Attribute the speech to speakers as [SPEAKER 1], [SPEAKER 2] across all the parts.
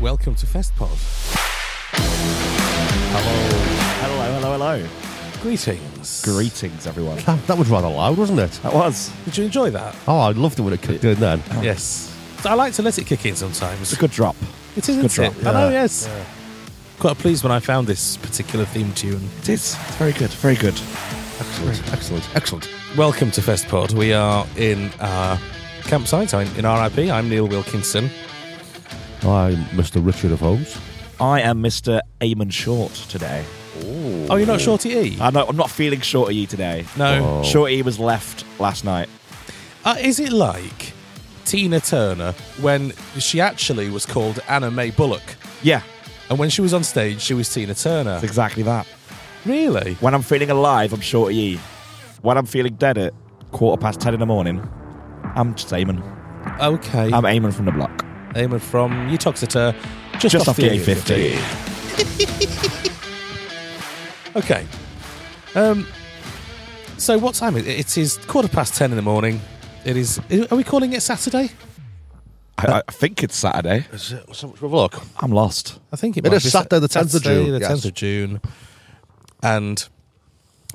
[SPEAKER 1] Welcome to FestPod.
[SPEAKER 2] Hello, hello, hello.
[SPEAKER 1] Greetings.
[SPEAKER 2] Greetings, everyone. That, that was rather loud, wasn't it?
[SPEAKER 1] That was. Did you enjoy that?
[SPEAKER 2] Oh, I loved it when it kicked in then.
[SPEAKER 1] Yes. So I like to let it kick in sometimes.
[SPEAKER 2] It's a good drop.
[SPEAKER 1] It is, isn't
[SPEAKER 2] good
[SPEAKER 1] it?
[SPEAKER 2] drop,
[SPEAKER 1] I know,
[SPEAKER 2] yeah.
[SPEAKER 1] yes. Quite pleased when I found this particular theme tune.
[SPEAKER 2] It is. It's very good, very good. Excellent, excellent, excellent.
[SPEAKER 1] Welcome to FestPod. We are in our campsite I'm in RIP. I'm Neil Wilkinson.
[SPEAKER 2] I'm Mr. Richard of Holmes.
[SPEAKER 3] I am Mr. Eamon Short today.
[SPEAKER 1] Oh, you're not Shorty E?
[SPEAKER 3] I know I'm not feeling Shorty E today.
[SPEAKER 1] no.
[SPEAKER 3] Shorty E was left last night.
[SPEAKER 1] Uh, is it like Tina Turner when she actually was called Anna May Bullock?
[SPEAKER 3] Yeah,
[SPEAKER 1] And when she was on stage, she was Tina Turner.
[SPEAKER 3] it's exactly that.
[SPEAKER 1] Really?
[SPEAKER 3] When I'm feeling alive, I'm Shorty E. When I'm feeling dead at quarter past ten in the morning, I'm just Eamon.
[SPEAKER 1] Okay.
[SPEAKER 3] I'm Eamon from the block.
[SPEAKER 1] Eamon from Utoxeter, just,
[SPEAKER 3] Just
[SPEAKER 1] off,
[SPEAKER 3] off the
[SPEAKER 1] A50.
[SPEAKER 3] A50.
[SPEAKER 1] Okay. Um. So what time is it? It is quarter past ten in the morning. It is. Are we calling it Saturday?
[SPEAKER 3] I, I think it's Saturday.
[SPEAKER 2] look.
[SPEAKER 3] I'm lost.
[SPEAKER 1] I think it,
[SPEAKER 2] It
[SPEAKER 1] might
[SPEAKER 2] is
[SPEAKER 1] be
[SPEAKER 2] Saturday the 10th of
[SPEAKER 1] Saturday
[SPEAKER 2] June,
[SPEAKER 1] The
[SPEAKER 2] yes.
[SPEAKER 1] 10th of June. And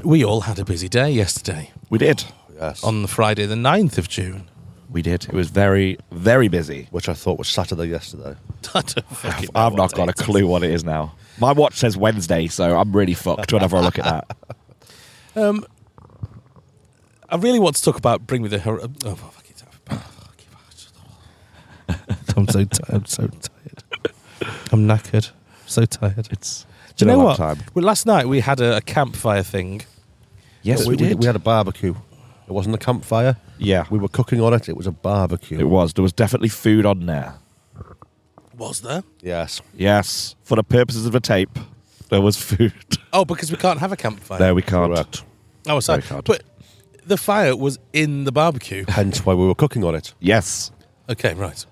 [SPEAKER 1] we all had a busy day yesterday
[SPEAKER 3] We did.
[SPEAKER 2] Yes.
[SPEAKER 1] on the Friday the 9th of June.
[SPEAKER 3] We did. It was very, very busy.
[SPEAKER 2] Which I thought was Saturday yesterday.
[SPEAKER 1] I don't fucking know
[SPEAKER 3] I've
[SPEAKER 1] what
[SPEAKER 3] not got a
[SPEAKER 1] day it is.
[SPEAKER 3] clue what it is now. My watch says Wednesday, so I'm really fucked whenever I look at that.
[SPEAKER 1] Um, I really want to talk about Bring Me the Hor- Oh, fuck it. oh, I'm so tired. I'm so tired. I'm knackered. so tired. It's. Do you
[SPEAKER 3] been a
[SPEAKER 1] know
[SPEAKER 3] long
[SPEAKER 1] what?
[SPEAKER 3] time.
[SPEAKER 1] Well, last night we had a, a campfire thing.
[SPEAKER 3] Yes,
[SPEAKER 2] we, We had a barbecue. It wasn't a campfire.
[SPEAKER 3] yeah,
[SPEAKER 2] We were cooking on it. It was a barbecue.
[SPEAKER 3] it was. There was definitely food on there.
[SPEAKER 1] Was there?
[SPEAKER 2] Yes.
[SPEAKER 3] Yes, for the purposes of a tape, there was food.
[SPEAKER 1] Oh, because we can't have a campfire.
[SPEAKER 3] there we can't.
[SPEAKER 2] Correct.
[SPEAKER 1] Oh, sorry.
[SPEAKER 2] Very hard.
[SPEAKER 1] But the fire was in the barbecue.
[SPEAKER 2] Hence why we were cooking on it.
[SPEAKER 3] Yes.
[SPEAKER 1] Okay, right.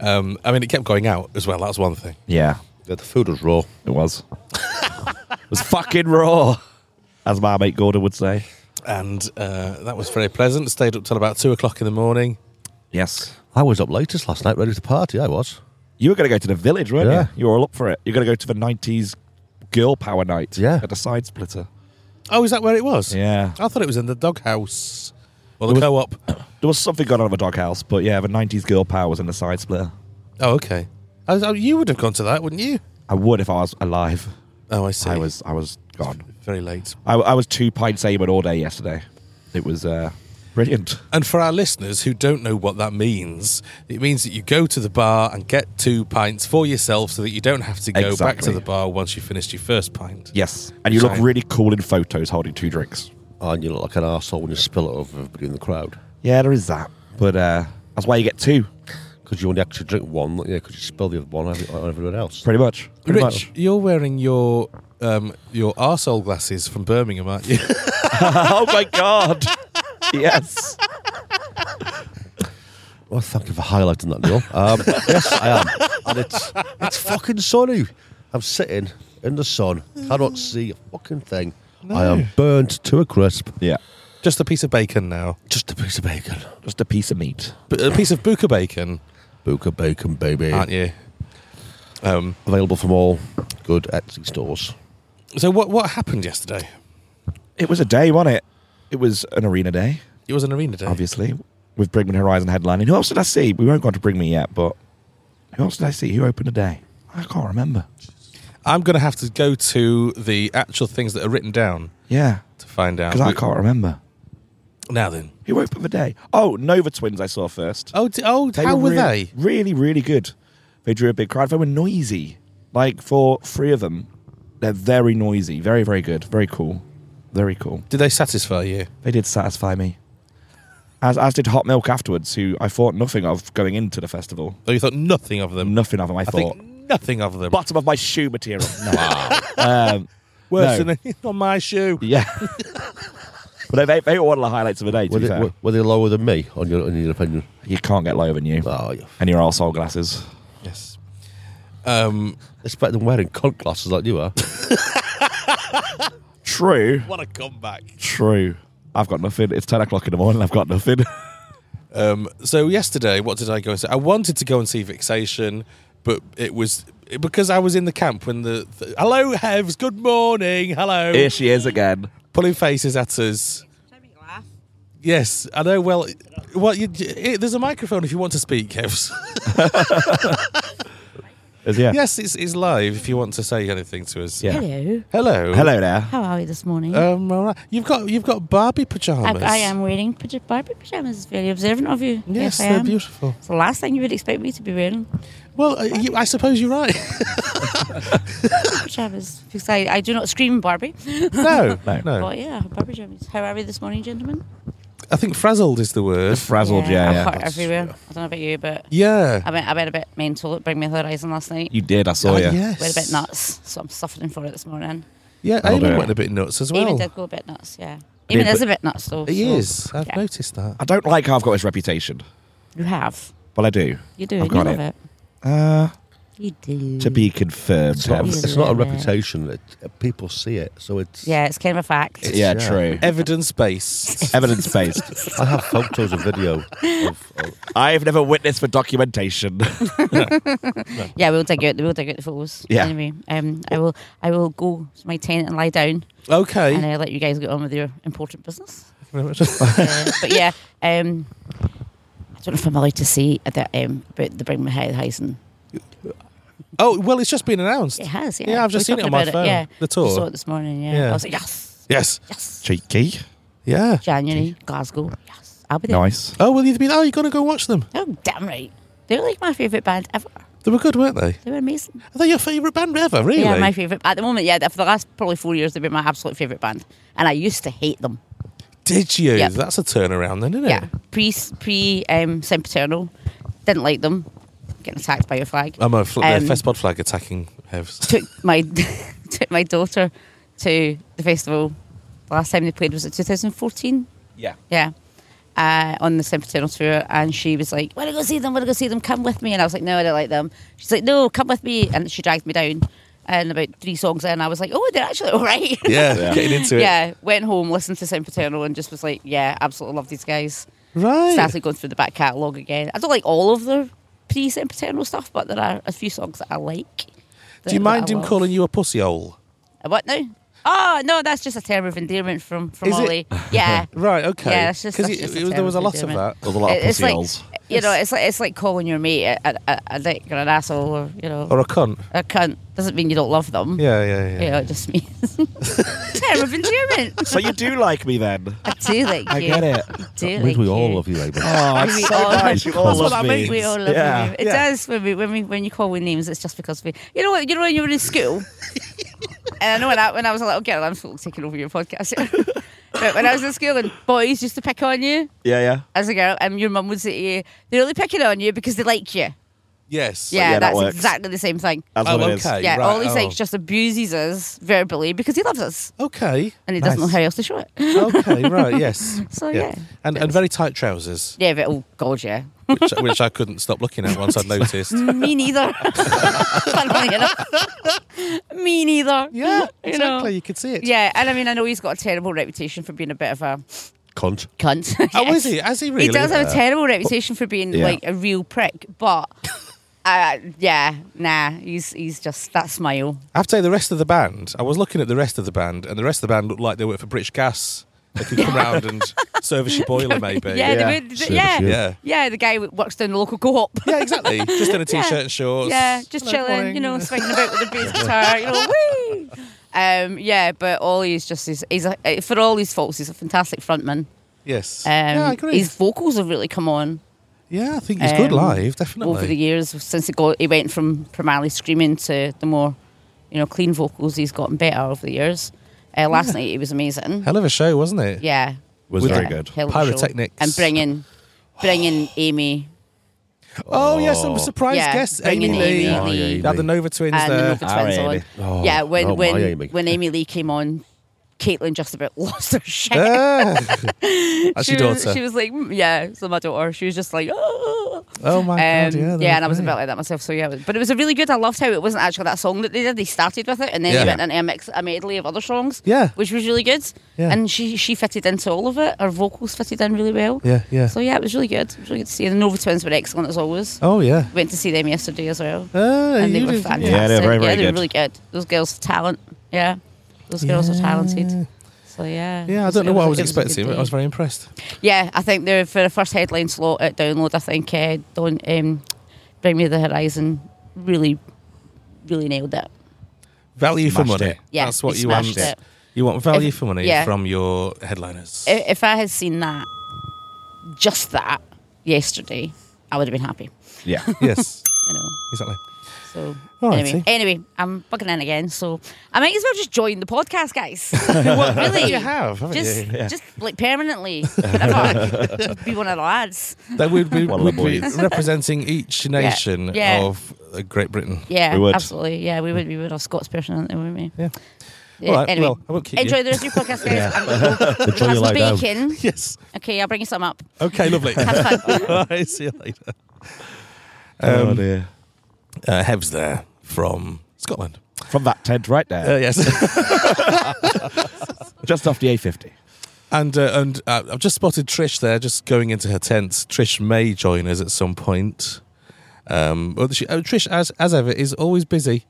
[SPEAKER 1] Um, I mean, it kept going out as well. That's one thing.
[SPEAKER 3] Yeah,
[SPEAKER 2] Yeah, the food was raw.
[SPEAKER 3] it was. it was fucking raw, as my mate Gordon would say.
[SPEAKER 1] And uh, that was very pleasant. Stayed up till about two o'clock in the morning.
[SPEAKER 3] Yes.
[SPEAKER 2] I was up latest last night, ready to party. I was.
[SPEAKER 3] You were going to go to the village, weren't
[SPEAKER 2] Yeah.
[SPEAKER 3] you? You were all up for it. You're going to go to the 90s girl power night
[SPEAKER 2] Yeah.
[SPEAKER 3] at the side splitter.
[SPEAKER 1] Oh, is that where it was?
[SPEAKER 3] Yeah.
[SPEAKER 1] I thought it was in the doghouse or the co-op.
[SPEAKER 3] There was something going on with Doghouse, but yeah, the 90s girl power was in the side splitter.
[SPEAKER 1] Oh, okay. I was- oh, you would have gone to that, wouldn't you?
[SPEAKER 3] I would if I was alive.
[SPEAKER 1] Oh, I see.
[SPEAKER 3] I was I was gone.
[SPEAKER 1] very late.
[SPEAKER 3] I, I was two pints Amon all day yesterday. It was uh, brilliant.
[SPEAKER 1] And for our listeners who don't know what that means, it means that you go to the bar and get two pints for yourself so that you don't have to go back to
[SPEAKER 3] Exactly.
[SPEAKER 1] the bar once you finished your first pint.
[SPEAKER 3] Yes, and you look
[SPEAKER 1] Sorry.
[SPEAKER 3] really cool in photos holding two drinks.
[SPEAKER 4] Oh, And you look like an arsehole when you spill it over everybody in the crowd.
[SPEAKER 3] Yeah, there is that, but uh, that's why you get two,
[SPEAKER 4] Because you only actually drink one, yeah, because you spill the other one on every- on everyone else.
[SPEAKER 3] pretty much. Pretty
[SPEAKER 1] Rich,
[SPEAKER 3] much.
[SPEAKER 1] you're wearing your um, your arsehole glasses from Birmingham, aren't you?
[SPEAKER 3] oh my god! yes.
[SPEAKER 4] Well, thank you for highlighting that, Neil. Um, yes, I am. And it's, it's fucking sunny. I'm sitting in the sun, cannot see a fucking thing. I am burnt to a crisp.
[SPEAKER 3] Yeah,
[SPEAKER 1] Just a piece of bacon now.
[SPEAKER 4] Just a piece of bacon.
[SPEAKER 3] just a piece of meat.
[SPEAKER 1] B- A piece of buka bacon,
[SPEAKER 4] Booker bacon, baby.
[SPEAKER 1] aren't you? Um,
[SPEAKER 4] Available from all good Etsy stores.
[SPEAKER 1] so what what happened yesterday?
[SPEAKER 3] It was a day, wasn't it? It was an arena day,
[SPEAKER 1] It was an arena day.
[SPEAKER 3] obviously, with Brigman Horizon headlining. Who else did I see? We won't go on to Brigman yet, but who else did I see? Who opened the day? I can't remember.
[SPEAKER 1] I'm going to have to go to the actual things that are written down
[SPEAKER 3] Yeah,
[SPEAKER 1] to find out.
[SPEAKER 3] because I can't remember.
[SPEAKER 1] Now then.
[SPEAKER 3] Who opened the day? Oh, Nova Twins I saw first.
[SPEAKER 1] Oh, d- oh how were
[SPEAKER 3] really,
[SPEAKER 1] they?
[SPEAKER 3] Really, really good. They drew a big crowd. They were noisy. Like for three of them, they're very noisy. Very, very good. Very cool. Very cool.
[SPEAKER 1] Did they satisfy you?
[SPEAKER 3] They did satisfy me. As as did Hot Milk afterwards, who I thought nothing of going into the festival.
[SPEAKER 1] Oh, you thought nothing of them.
[SPEAKER 3] Nothing of them. I,
[SPEAKER 1] I
[SPEAKER 3] thought
[SPEAKER 1] think nothing of them.
[SPEAKER 3] bottom of my shoe material. No. um, no.
[SPEAKER 1] Worse than anything on my shoe.
[SPEAKER 3] yeah. but they, they were one of the highlights of the day. To
[SPEAKER 4] Were
[SPEAKER 3] be
[SPEAKER 4] they,
[SPEAKER 3] fair.
[SPEAKER 4] were, were they lower than me, on your, in your opinion?
[SPEAKER 3] you can't get lower than you
[SPEAKER 4] Oh, you
[SPEAKER 3] and your arsehole glasses.
[SPEAKER 1] Yes. Um,
[SPEAKER 4] expect them wearing cunt glasses like you are.
[SPEAKER 3] True.
[SPEAKER 1] what a comeback.
[SPEAKER 3] True. I've got nothing. It's 10 o'clock in the morning. I've got nothing.
[SPEAKER 1] Um, so yesterday, what did I go and see? I wanted to go and see Fixation, but it was because I was in the camp when the, the hello Hevs, good morning, hello,
[SPEAKER 3] Here she is again.
[SPEAKER 1] pulling faces at us. Yes, I know. Well, well, you, it, there's a microphone if you want to speak, Hevs.
[SPEAKER 3] Is- yeah.
[SPEAKER 1] yes, it's, it's live if you want to say anything to us.
[SPEAKER 3] Yeah.
[SPEAKER 5] Hello.
[SPEAKER 1] Hello.
[SPEAKER 3] Hello there.
[SPEAKER 5] How are you this morning?
[SPEAKER 1] Um, all right. You've got you've got Barbie
[SPEAKER 5] I,
[SPEAKER 1] pajamas.
[SPEAKER 5] I am wearing paj- Barbie pajamas. It's Very observant of you.
[SPEAKER 1] Yes,
[SPEAKER 5] I
[SPEAKER 1] they're
[SPEAKER 5] am.
[SPEAKER 1] beautiful.
[SPEAKER 5] It's the last thing you would expect me to be wearing.
[SPEAKER 1] Well, uh, you, I suppose you're right.
[SPEAKER 5] Pajamas. Because I, I do not scream Barbie.
[SPEAKER 3] No.
[SPEAKER 1] no,
[SPEAKER 5] But yeah, Barbie pajamas. How are we this morning, gentlemen?
[SPEAKER 1] I think frazzled is the word.
[SPEAKER 3] Frazzled, yeah.
[SPEAKER 5] I'm
[SPEAKER 3] yeah,
[SPEAKER 5] hot
[SPEAKER 3] That's-
[SPEAKER 5] everywhere. I don't know about you, but
[SPEAKER 1] Yeah.
[SPEAKER 5] I went, I went a bit mental at Bring Me the Horizon last night.
[SPEAKER 3] You did. I saw
[SPEAKER 5] Oh,
[SPEAKER 1] Ah,
[SPEAKER 3] you.
[SPEAKER 1] yes.
[SPEAKER 5] Went a bit nuts, so I'm suffering for it this morning.
[SPEAKER 1] Yeah,
[SPEAKER 3] That'll do
[SPEAKER 1] Eamon
[SPEAKER 3] it.
[SPEAKER 1] went a bit nuts as
[SPEAKER 5] Even
[SPEAKER 1] well.
[SPEAKER 5] did go a bit nuts, yeah. Even
[SPEAKER 3] but-
[SPEAKER 5] is a bit nuts though.
[SPEAKER 1] He
[SPEAKER 5] so-
[SPEAKER 1] is. I've
[SPEAKER 5] Yeah.
[SPEAKER 1] noticed that.
[SPEAKER 3] I don't like how I've got this reputation,
[SPEAKER 5] You have.
[SPEAKER 3] but I do.
[SPEAKER 5] You do.
[SPEAKER 3] I've
[SPEAKER 5] and
[SPEAKER 3] got
[SPEAKER 5] you
[SPEAKER 3] it.
[SPEAKER 5] love it.
[SPEAKER 3] Uh,
[SPEAKER 5] You do.
[SPEAKER 3] to be confirmed.
[SPEAKER 4] It's not,
[SPEAKER 3] Ev.
[SPEAKER 5] Yeah.
[SPEAKER 4] it's not a reputation. It, people see it, so it's.
[SPEAKER 5] Yeah, it's kind of a fact.
[SPEAKER 3] Yeah, true.
[SPEAKER 1] Evidence based.
[SPEAKER 3] Evidence based.
[SPEAKER 4] I have photos and video of, of
[SPEAKER 3] I've never witnessed for documentation.
[SPEAKER 5] Yeah, we'll dig out. We'll dig out the photos.
[SPEAKER 3] Yeah.
[SPEAKER 5] Anyway, um, I will. I will go to my tent and lie down, and
[SPEAKER 1] okay.
[SPEAKER 5] I'll let you guys get on with your important business. Uh, but yeah, um, I don't know if I'm allowed to say that um, about the Bring Me Horizon.
[SPEAKER 1] oh well, it's just been announced.
[SPEAKER 5] It has. Yeah,
[SPEAKER 1] Yeah, I've
[SPEAKER 5] We
[SPEAKER 1] just
[SPEAKER 5] were
[SPEAKER 1] seen it
[SPEAKER 5] talking
[SPEAKER 1] on my
[SPEAKER 5] about
[SPEAKER 1] phone,
[SPEAKER 5] yeah,
[SPEAKER 1] the tour.
[SPEAKER 5] I saw it this morning. Yeah.
[SPEAKER 1] Yeah.
[SPEAKER 5] I was like, yes,
[SPEAKER 1] Yes.
[SPEAKER 5] yes.
[SPEAKER 3] Cheeky.
[SPEAKER 1] Yeah.
[SPEAKER 5] January, Glasgow. Yes, I'll be there.
[SPEAKER 3] Nice.
[SPEAKER 1] Oh well, you've been. Oh, you're gonna go watch them.
[SPEAKER 5] Oh, damn right. They're like my favourite band ever.
[SPEAKER 1] They were good, weren't they?
[SPEAKER 5] They were amazing.
[SPEAKER 1] Are they your favourite band ever? Really?
[SPEAKER 5] They are my favourite. At the moment, yeah, for the last probably four years, they've been my absolute favourite band. And I used to hate them.
[SPEAKER 1] Did you?
[SPEAKER 5] Yep.
[SPEAKER 1] That's a turnaround, then, isn't it?
[SPEAKER 5] Yeah. Pre pre um Saint Paternal. Didn't like them. Getting attacked by your flag.
[SPEAKER 1] I'm a fl-
[SPEAKER 5] Um,
[SPEAKER 1] Festpod flag attacking Hevs.
[SPEAKER 5] took my took my daughter to the festival. The last time they played was it 2014?
[SPEAKER 3] Yeah.
[SPEAKER 5] Yeah. Uh, on the Saint Paternal tour, and she was like, "Want to go see them? Want to go see them? Come with me!" And I was like, "No, I don't like them." She's like, "No, come with me!" And she dragged me down. And about three songs in, I was like, "Oh, they're actually all right."
[SPEAKER 1] Yeah, getting into it.
[SPEAKER 5] yeah. Went home, listened to Saint Paternal, and just was like, "Yeah, absolutely love these guys."
[SPEAKER 1] Right.
[SPEAKER 5] started going through the back catalogue again. I don't like all of their pre and paternal stuff, but there are a few songs that I like.
[SPEAKER 1] Do you mind him calling you a pussy hole?
[SPEAKER 5] What now?
[SPEAKER 1] Oh no, that's just a term of endearment from from
[SPEAKER 6] Is it?
[SPEAKER 1] Ollie. Yeah.
[SPEAKER 6] Right, okay.
[SPEAKER 1] Yeah, that's just-
[SPEAKER 6] 'Cause
[SPEAKER 1] that's
[SPEAKER 6] it-
[SPEAKER 1] just
[SPEAKER 6] it
[SPEAKER 1] a
[SPEAKER 6] was- there
[SPEAKER 1] term
[SPEAKER 6] was a
[SPEAKER 1] of
[SPEAKER 6] lot of
[SPEAKER 1] endearment.
[SPEAKER 6] that.
[SPEAKER 3] There's a lot of
[SPEAKER 1] It- it's
[SPEAKER 3] pussy
[SPEAKER 1] like
[SPEAKER 3] holes.
[SPEAKER 1] you know, it's like it's like calling your mate a, a, a, a dick or an asshole or you know
[SPEAKER 6] Or a cunt.
[SPEAKER 1] a cunt doesn't mean you don't love them.
[SPEAKER 6] Yeah, yeah,
[SPEAKER 1] You
[SPEAKER 6] yeah.
[SPEAKER 1] know, it just means term of endearment.
[SPEAKER 3] So you do like me then?
[SPEAKER 1] I do like
[SPEAKER 3] I
[SPEAKER 1] you.
[SPEAKER 3] get it.
[SPEAKER 1] Do
[SPEAKER 7] That
[SPEAKER 1] like
[SPEAKER 7] means we
[SPEAKER 1] you.
[SPEAKER 7] all love you, Labour.
[SPEAKER 3] Oh, it's
[SPEAKER 1] We
[SPEAKER 3] so
[SPEAKER 1] all-
[SPEAKER 3] nice. You all
[SPEAKER 6] That's
[SPEAKER 3] love
[SPEAKER 6] what that
[SPEAKER 3] me.
[SPEAKER 6] means.
[SPEAKER 1] We all love you.
[SPEAKER 3] Yeah.
[SPEAKER 1] It does when we, when we when you call me names. It's just because we. You know what? You know when you were in school. and I know when I when I was a little girl, I'm sort of taking over your podcast. here. but when I was in school, and boys used to pick on you
[SPEAKER 3] Yeah, yeah.
[SPEAKER 1] as a girl, and your mum would say to you, "They're only picking on you because they like you."
[SPEAKER 6] Yes.
[SPEAKER 1] Yeah,
[SPEAKER 3] that
[SPEAKER 1] that's
[SPEAKER 3] works.
[SPEAKER 1] exactly the same thing.
[SPEAKER 3] That's
[SPEAKER 6] Oh,
[SPEAKER 3] what it is.
[SPEAKER 6] okay.
[SPEAKER 1] Yeah,
[SPEAKER 6] right,
[SPEAKER 1] all he
[SPEAKER 6] oh.
[SPEAKER 1] likes just abuses us verbally because he loves us
[SPEAKER 6] Okay.
[SPEAKER 1] and he doesn't know how else to show it.
[SPEAKER 6] Okay, right, yes.
[SPEAKER 1] So, yeah.
[SPEAKER 6] And, and very tight trousers,
[SPEAKER 1] Yeah, but oh god, yeah.
[SPEAKER 6] which, which I couldn't stop looking at once I'd noticed.
[SPEAKER 1] Me neither. Funnily enough. Me neither.
[SPEAKER 6] Yeah,
[SPEAKER 1] You
[SPEAKER 6] exactly. You,
[SPEAKER 1] know.
[SPEAKER 6] could see it.
[SPEAKER 1] Yeah, and I mean, I know he's got a terrible reputation for being a bit of a
[SPEAKER 7] Cunt.
[SPEAKER 1] cunt.
[SPEAKER 6] Oh,
[SPEAKER 1] Yes.
[SPEAKER 6] is he? Has he really? Uh,
[SPEAKER 1] He does have a terrible reputation for being
[SPEAKER 3] Yeah.
[SPEAKER 1] like a real prick, but uh, yeah, nah, he's he's just that smile.
[SPEAKER 6] I have to say, the rest of the band, I was looking at the rest of the band, and the rest of the band looked like they were for British Gas. They could come round and service your boiler, maybe.
[SPEAKER 1] Yeah,
[SPEAKER 3] Yeah.
[SPEAKER 1] yeah. The, yeah,
[SPEAKER 7] Service,
[SPEAKER 6] yeah.
[SPEAKER 1] yeah, The guy who works down the local co-op.
[SPEAKER 6] Yeah, exactly. Just in a t-shirt and shorts.
[SPEAKER 1] Yeah, just
[SPEAKER 6] Hello,
[SPEAKER 1] chilling,
[SPEAKER 6] morning.
[SPEAKER 1] you know, swinging about with the bass guitar, you know, wee. Um, yeah, but Ollie's just he's, he's a, eh, for all his faults, he's a fantastic frontman.
[SPEAKER 6] Yes.
[SPEAKER 1] Um,
[SPEAKER 6] yeah, I agree.
[SPEAKER 1] his vocals have really come on
[SPEAKER 6] yeah, I think he's good
[SPEAKER 1] um,
[SPEAKER 6] live, definitely.
[SPEAKER 1] over the years since he got he went from primarily screaming to the more you know clean vocals. He's gotten better over the years. Uh, last night he was amazing.
[SPEAKER 6] Hell of a show, wasn't it?
[SPEAKER 1] Yeah,
[SPEAKER 3] Was
[SPEAKER 1] Yeah,
[SPEAKER 3] very good.
[SPEAKER 1] hell of a show.
[SPEAKER 6] Pyrotechnics.
[SPEAKER 1] and bringing bringing Amy
[SPEAKER 6] Oh, yes, some surprise
[SPEAKER 1] Yeah,
[SPEAKER 6] guests.
[SPEAKER 1] bringing
[SPEAKER 6] Amy Lee.
[SPEAKER 1] Amy Lee.
[SPEAKER 6] They had the Nova twins
[SPEAKER 1] and
[SPEAKER 6] there.
[SPEAKER 1] the Nova
[SPEAKER 3] Our
[SPEAKER 1] Twins
[SPEAKER 3] Amy.
[SPEAKER 1] on.
[SPEAKER 7] Oh,
[SPEAKER 1] yeah, when
[SPEAKER 7] not my
[SPEAKER 1] when
[SPEAKER 7] Amy.
[SPEAKER 1] when Amy Lee came on, Caitlin just about lost her shit.
[SPEAKER 6] Ah. That's
[SPEAKER 1] she
[SPEAKER 6] your
[SPEAKER 1] was,
[SPEAKER 6] daughter.
[SPEAKER 1] she was like, mm, yeah, so my daughter. She was just like, oh.
[SPEAKER 6] oh, my God. Yeah, they
[SPEAKER 1] and I was a
[SPEAKER 6] were
[SPEAKER 1] bit
[SPEAKER 6] great.
[SPEAKER 1] like that myself. So yeah, it was- but it was a really good. I loved how it wasn't actually that song that they did. They started with it, and then
[SPEAKER 6] Yeah.
[SPEAKER 1] they went into a mix, a medley of other songs.
[SPEAKER 6] Yeah.
[SPEAKER 1] which was really good.
[SPEAKER 6] Yeah.
[SPEAKER 1] and she she fitted into all of it. Her vocals fitted in really well.
[SPEAKER 6] Yeah, yeah.
[SPEAKER 1] So yeah, it was really good. It was really good to see. The Nova Twins were excellent as always.
[SPEAKER 6] Oh, yeah.
[SPEAKER 1] Went to see them yesterday as well,
[SPEAKER 6] Ah,
[SPEAKER 1] and they
[SPEAKER 6] you
[SPEAKER 1] were
[SPEAKER 6] did-
[SPEAKER 1] fantastic.
[SPEAKER 3] Yeah, they're very, very
[SPEAKER 1] they were
[SPEAKER 3] good.
[SPEAKER 1] really good. Those girls have talent. Yeah, those girls are talented. So yeah.
[SPEAKER 6] Yeah, I
[SPEAKER 1] It
[SPEAKER 6] don't know
[SPEAKER 1] it
[SPEAKER 6] what I was
[SPEAKER 1] it a good
[SPEAKER 6] expecting, but I
[SPEAKER 1] day.
[SPEAKER 6] was very impressed.
[SPEAKER 1] Yeah, I think they're for the first headline slot at download. I think uh, don't um, bring me the horizon. Really, really nailed it.
[SPEAKER 6] Value for
[SPEAKER 3] Smashed
[SPEAKER 6] money.
[SPEAKER 3] it.
[SPEAKER 1] Yeah,
[SPEAKER 6] That's what
[SPEAKER 1] they
[SPEAKER 6] you want.
[SPEAKER 1] smashed it.
[SPEAKER 6] You want value
[SPEAKER 1] If-
[SPEAKER 6] for money
[SPEAKER 1] yeah.
[SPEAKER 6] from your headliners.
[SPEAKER 1] I- If I had seen that, just that yesterday, I would have been happy.
[SPEAKER 3] Yeah.
[SPEAKER 6] yes,
[SPEAKER 1] You know.
[SPEAKER 6] exactly.
[SPEAKER 1] So
[SPEAKER 6] Alrighty.
[SPEAKER 1] anyway, anyway, I'm bugging in again. So I might as well just join the podcast, guys. what, really?
[SPEAKER 6] You have, haven't
[SPEAKER 1] Just,
[SPEAKER 6] you?
[SPEAKER 1] just like permanently, Never. be one of the lads.
[SPEAKER 6] That would be,
[SPEAKER 3] One of
[SPEAKER 6] would
[SPEAKER 3] the
[SPEAKER 6] be
[SPEAKER 3] boys.
[SPEAKER 6] representing each nation
[SPEAKER 1] yeah.
[SPEAKER 6] of uh, Great Britain.
[SPEAKER 1] Yeah,
[SPEAKER 3] We would.
[SPEAKER 1] absolutely. Yeah, we would. We would have Scots person, wouldn't we?
[SPEAKER 6] Yeah.
[SPEAKER 1] Yeah,
[SPEAKER 6] All right,
[SPEAKER 1] anyway,
[SPEAKER 6] well, I won't keep you.
[SPEAKER 1] enjoy the rest of your podcast, guys. I'm gonna go have
[SPEAKER 7] your
[SPEAKER 1] some
[SPEAKER 7] lie down.
[SPEAKER 1] bacon.
[SPEAKER 6] Yes.
[SPEAKER 1] Okay, I'll bring you some up.
[SPEAKER 6] Okay, lovely.
[SPEAKER 1] Have fun.
[SPEAKER 6] All right, see you later. Um,
[SPEAKER 3] oh dear.
[SPEAKER 6] Uh, Hev's there from Scotland.
[SPEAKER 3] From that tent right
[SPEAKER 6] Uh,
[SPEAKER 3] there,
[SPEAKER 6] yes.
[SPEAKER 3] just off the A50.
[SPEAKER 6] and uh, and uh, I've just spotted Trish there, just going into her tent. Trish may join us at some point. Um, but she, oh, Trish, as as ever, is always busy.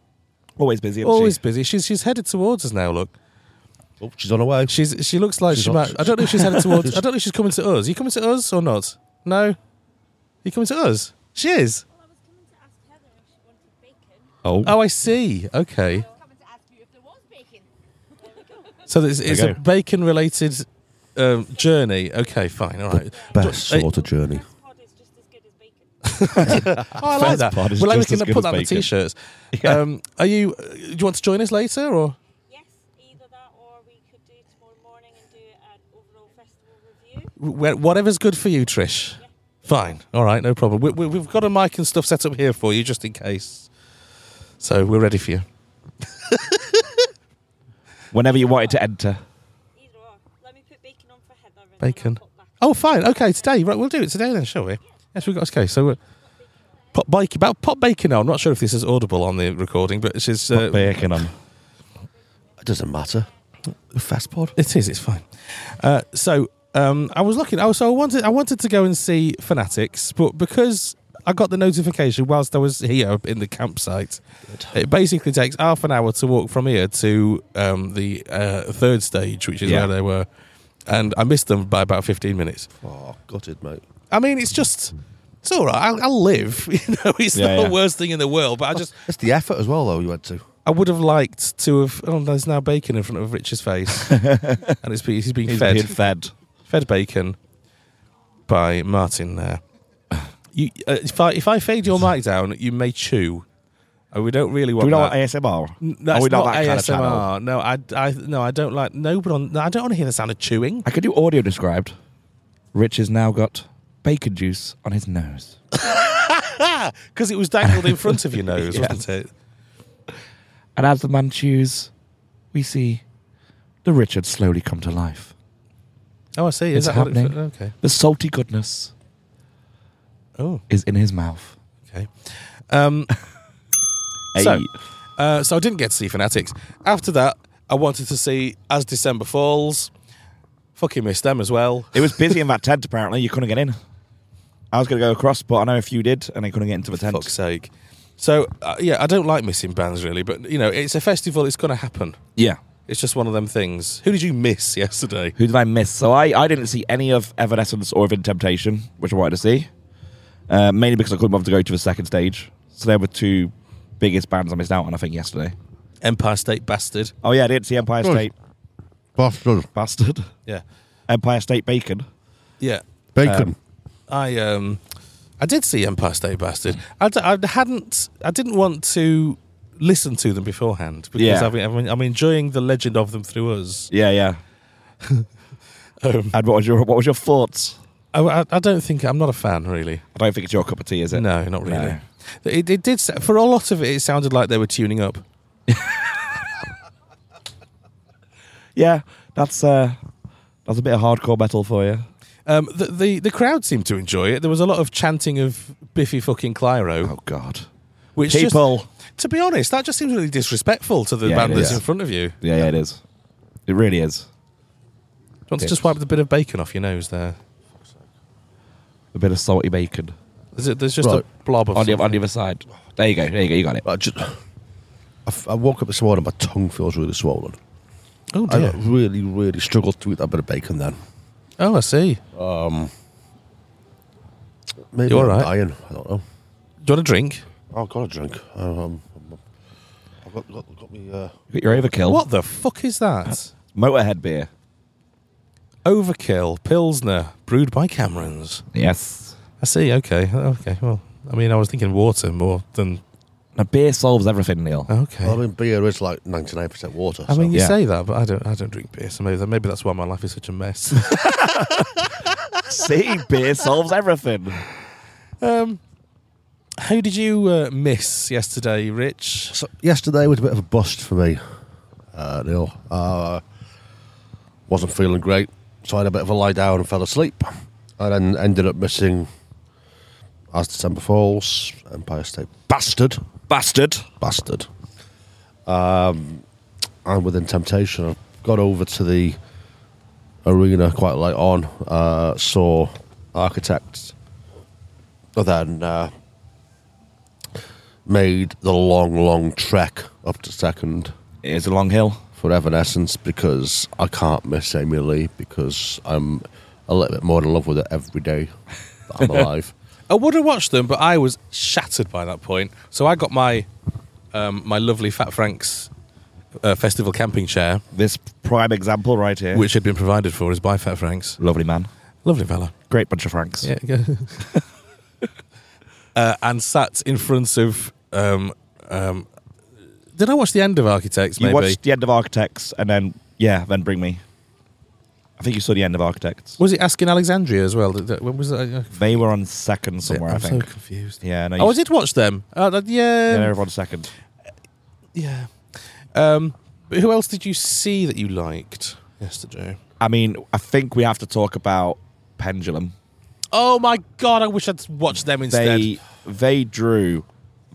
[SPEAKER 3] Always busy. isn't she?
[SPEAKER 6] Always busy. She's she's headed towards us now. Look,
[SPEAKER 7] Oh, she's on her way.
[SPEAKER 6] she's she looks like
[SPEAKER 7] She's
[SPEAKER 6] she
[SPEAKER 7] not-
[SPEAKER 6] might. I don't know if she's headed towards. I don't know if she's coming to us. Are you coming to us or not? No, you coming to us? She is.
[SPEAKER 3] Oh,
[SPEAKER 6] Oh, I see. Okay. So it's, it's
[SPEAKER 3] There
[SPEAKER 6] a
[SPEAKER 3] you go.
[SPEAKER 6] bacon related um, journey. Okay, fine. All right.
[SPEAKER 7] Best
[SPEAKER 6] Uh,
[SPEAKER 7] sort of journey.
[SPEAKER 6] Oh, I like that.
[SPEAKER 3] part is
[SPEAKER 6] Well, like we
[SPEAKER 3] just
[SPEAKER 6] can
[SPEAKER 3] as good
[SPEAKER 6] put
[SPEAKER 3] as
[SPEAKER 6] that on the
[SPEAKER 3] bacon.
[SPEAKER 6] t-shirts. Um, are you? uh, Do you want to join us later or? Where, whatever's good for you, Trish. Fine. All right. No problem. We, we, we've got a mic and stuff set up here for you just in case. So we're ready for you.
[SPEAKER 3] whenever you wanted to enter.
[SPEAKER 6] Bacon. Oh, fine. Okay. Today. Right. We'll do it today then, shall we? Yes, we've got. Okay. So we're. Pop bacon, about pop bacon. Now, I'm not sure if this is audible on the recording, but it's just uh,
[SPEAKER 3] Bacon on.
[SPEAKER 7] It doesn't matter. Fast pod.
[SPEAKER 6] It is. It's fine. Uh, so um, I was looking. Oh, so I wanted. I wanted to go and see Fanatics, but because I got the notification whilst I was here in the campsite. It basically takes half an hour to walk from here to um, the uh, third stage, which is
[SPEAKER 3] Yeah.
[SPEAKER 6] where they were, and I missed them by about fifteen minutes.
[SPEAKER 4] Oh, gutted, mate.
[SPEAKER 6] I mean, it's just it's all right. I'll, I'll live. You know, it's
[SPEAKER 3] Yeah,
[SPEAKER 6] not
[SPEAKER 3] yeah.
[SPEAKER 6] the worst thing in the world. But I just
[SPEAKER 4] It's the effort as well, though, you had to.
[SPEAKER 6] I would have liked to have. Oh, there's now bacon in front of Rich's face, and it's been, he's being
[SPEAKER 3] He's
[SPEAKER 6] fed
[SPEAKER 3] being fed.
[SPEAKER 6] fed bacon by Martin. There, you, uh, if I if I fade your mic down, you may chew. And we don't really want.
[SPEAKER 3] Do we not want
[SPEAKER 6] that.
[SPEAKER 3] ASMR?
[SPEAKER 6] N-
[SPEAKER 3] Are
[SPEAKER 6] That's
[SPEAKER 3] we
[SPEAKER 6] not,
[SPEAKER 3] not that kind of
[SPEAKER 6] ASMR.
[SPEAKER 3] channel?
[SPEAKER 6] no, I, I, no, I don't like. No, but on, no, I don't want to hear the sound of chewing.
[SPEAKER 3] I could do audio described. Rich has now got bacon juice on his nose.
[SPEAKER 6] because it was dangled in front of your nose, wasn't it?
[SPEAKER 3] And as the man chews, we see the Richard slowly come to life.
[SPEAKER 6] Oh, I see.
[SPEAKER 3] It's
[SPEAKER 6] Is that what it-
[SPEAKER 3] happening.
[SPEAKER 6] okay.
[SPEAKER 3] The salty goodness
[SPEAKER 6] Oh,
[SPEAKER 3] is in his mouth.
[SPEAKER 6] okay. Um, So-
[SPEAKER 3] Hey.
[SPEAKER 6] Uh, so I didn't get to see Fanatics. After that, I wanted to see As December Falls. Fucking missed them as well.
[SPEAKER 3] it was busy in that tent, apparently. You couldn't get in. I was going to go across, but I know a few did, and they couldn't get into the tent.
[SPEAKER 6] Fuck's sake. So uh, yeah, I don't like missing bands really, but you know, it's a festival. It's going to happen.
[SPEAKER 3] Yeah.
[SPEAKER 6] It's just one of them things. Who did you miss yesterday?
[SPEAKER 3] Who did I miss? So I, I didn't see any of Evanescence or Within Temptation, which I wanted to see, uh, mainly because I couldn't bother to go to the second stage. So they were two biggest bands I missed out on, I think, yesterday.
[SPEAKER 6] Empire State Bastard.
[SPEAKER 3] Oh, yeah, I did see Empire
[SPEAKER 4] Good.
[SPEAKER 3] State
[SPEAKER 4] Bastard.
[SPEAKER 3] Bastard,
[SPEAKER 6] Yeah,
[SPEAKER 3] Empire State Bacon.
[SPEAKER 6] yeah.
[SPEAKER 4] Bacon.
[SPEAKER 6] I um, I did see Empire State Bastard. I, d- I hadn't. I didn't want to listen to them beforehand because
[SPEAKER 3] Yeah.
[SPEAKER 6] I've been, I've been- I'm enjoying the legend of them through us.
[SPEAKER 3] Yeah, yeah.
[SPEAKER 6] Um,
[SPEAKER 3] And what was your what was your thoughts?
[SPEAKER 6] I, I, I don't think I'm not a fan really.
[SPEAKER 3] I don't think it's your cup of tea, is it?
[SPEAKER 6] No, not really.
[SPEAKER 3] No.
[SPEAKER 6] It, it did s- for a lot of it. It sounded like they were tuning up.
[SPEAKER 3] Yeah, that's uh, that's a bit of hardcore metal for you.
[SPEAKER 6] Um, the, the the crowd seemed to enjoy it. There was a lot of chanting of Biffy fucking Clyro,
[SPEAKER 3] Oh God.
[SPEAKER 6] which just-
[SPEAKER 3] People.
[SPEAKER 6] to be honest, that just seems really disrespectful to the
[SPEAKER 3] Yeah,
[SPEAKER 6] band
[SPEAKER 3] it
[SPEAKER 6] that's
[SPEAKER 3] is.
[SPEAKER 6] in front of you. Do
[SPEAKER 3] yeah, yeah, it is. It really is.
[SPEAKER 6] you want to just wipe the bit of bacon off your nose there?
[SPEAKER 3] A bit of salty bacon
[SPEAKER 6] There's, a, there's just
[SPEAKER 4] Right.
[SPEAKER 6] a blob of
[SPEAKER 3] on the, on the
[SPEAKER 6] something.
[SPEAKER 3] other side. There you go. There you go. You got it.
[SPEAKER 4] I, just, I, f- I woke up this morning, my tongue feels really swollen.
[SPEAKER 6] Oh
[SPEAKER 4] I
[SPEAKER 6] dear.
[SPEAKER 4] really, really struggled to eat that bit of bacon then.
[SPEAKER 6] Oh, I see.
[SPEAKER 4] Maybe
[SPEAKER 6] You all
[SPEAKER 4] I'm
[SPEAKER 6] right?
[SPEAKER 4] dying. I don't know.
[SPEAKER 6] Do you want a drink?
[SPEAKER 4] I've got a drink. Um, I've got, got, got me. Uh,
[SPEAKER 3] You got your overkill.
[SPEAKER 6] What the fuck is that?
[SPEAKER 3] Motorhead beer.
[SPEAKER 6] Overkill Pilsner, brewed by Camerons.
[SPEAKER 3] Yes.
[SPEAKER 6] I see. Okay. Okay. Well, I mean, I was thinking water more than
[SPEAKER 3] Now beer solves everything, Neil.
[SPEAKER 6] okay.
[SPEAKER 4] I mean, beer is like 99% water.
[SPEAKER 6] I mean,
[SPEAKER 4] so-
[SPEAKER 6] you
[SPEAKER 3] Yeah.
[SPEAKER 6] say that, but I don't. I don't drink beer, so maybe that, maybe that's why my life is such a mess.
[SPEAKER 3] See, beer solves everything.
[SPEAKER 6] How did you uh, miss yesterday, Rich?
[SPEAKER 4] So yesterday was a bit of a bust for me, uh, Neil. Uh, wasn't feeling great, so I had a bit of a lie down and fell asleep. I then ended up missing As December Falls, Empire State Bastard,
[SPEAKER 3] Bastard.
[SPEAKER 4] Bastard. Um, and within Temptation, I got over to the arena quite late on, uh, saw Architects, and then uh, made the long, long trek up to second
[SPEAKER 3] It is a long hill.
[SPEAKER 4] for Evanescence because I can't miss Amy Lee because I'm a little bit more in love with it every day that I'm alive.
[SPEAKER 6] I would have watched them, but I was shattered by that point. So I got my um, my lovely Fat Frank's uh, festival camping chair,
[SPEAKER 3] This prime example right here.
[SPEAKER 6] which had been provided for us by Fat Frank's.
[SPEAKER 3] lovely man.
[SPEAKER 6] Lovely fella.
[SPEAKER 3] Great bunch of Franks.
[SPEAKER 6] Yeah. go. uh, and sat in front of. Um, um, did I watch the end of Architects?
[SPEAKER 3] You
[SPEAKER 6] Maybe.
[SPEAKER 3] watched the end of Architects, and then yeah, then Bring Me. I think you saw the end of Architects.
[SPEAKER 6] was it asking Alexandria as well? Did that- When was that?
[SPEAKER 3] They were on second somewhere,
[SPEAKER 6] I'm
[SPEAKER 3] I think.
[SPEAKER 6] so confused.
[SPEAKER 3] Yeah, no, you
[SPEAKER 6] Oh, I did watch them. Uh, that-
[SPEAKER 3] yeah,
[SPEAKER 6] yeah,
[SPEAKER 3] they were on second.
[SPEAKER 6] yeah. Um, but who else did you see that you liked yesterday?
[SPEAKER 3] I mean, I think we have to talk about Pendulum.
[SPEAKER 6] Oh my god! I wish I'd watched them instead.
[SPEAKER 3] They they drew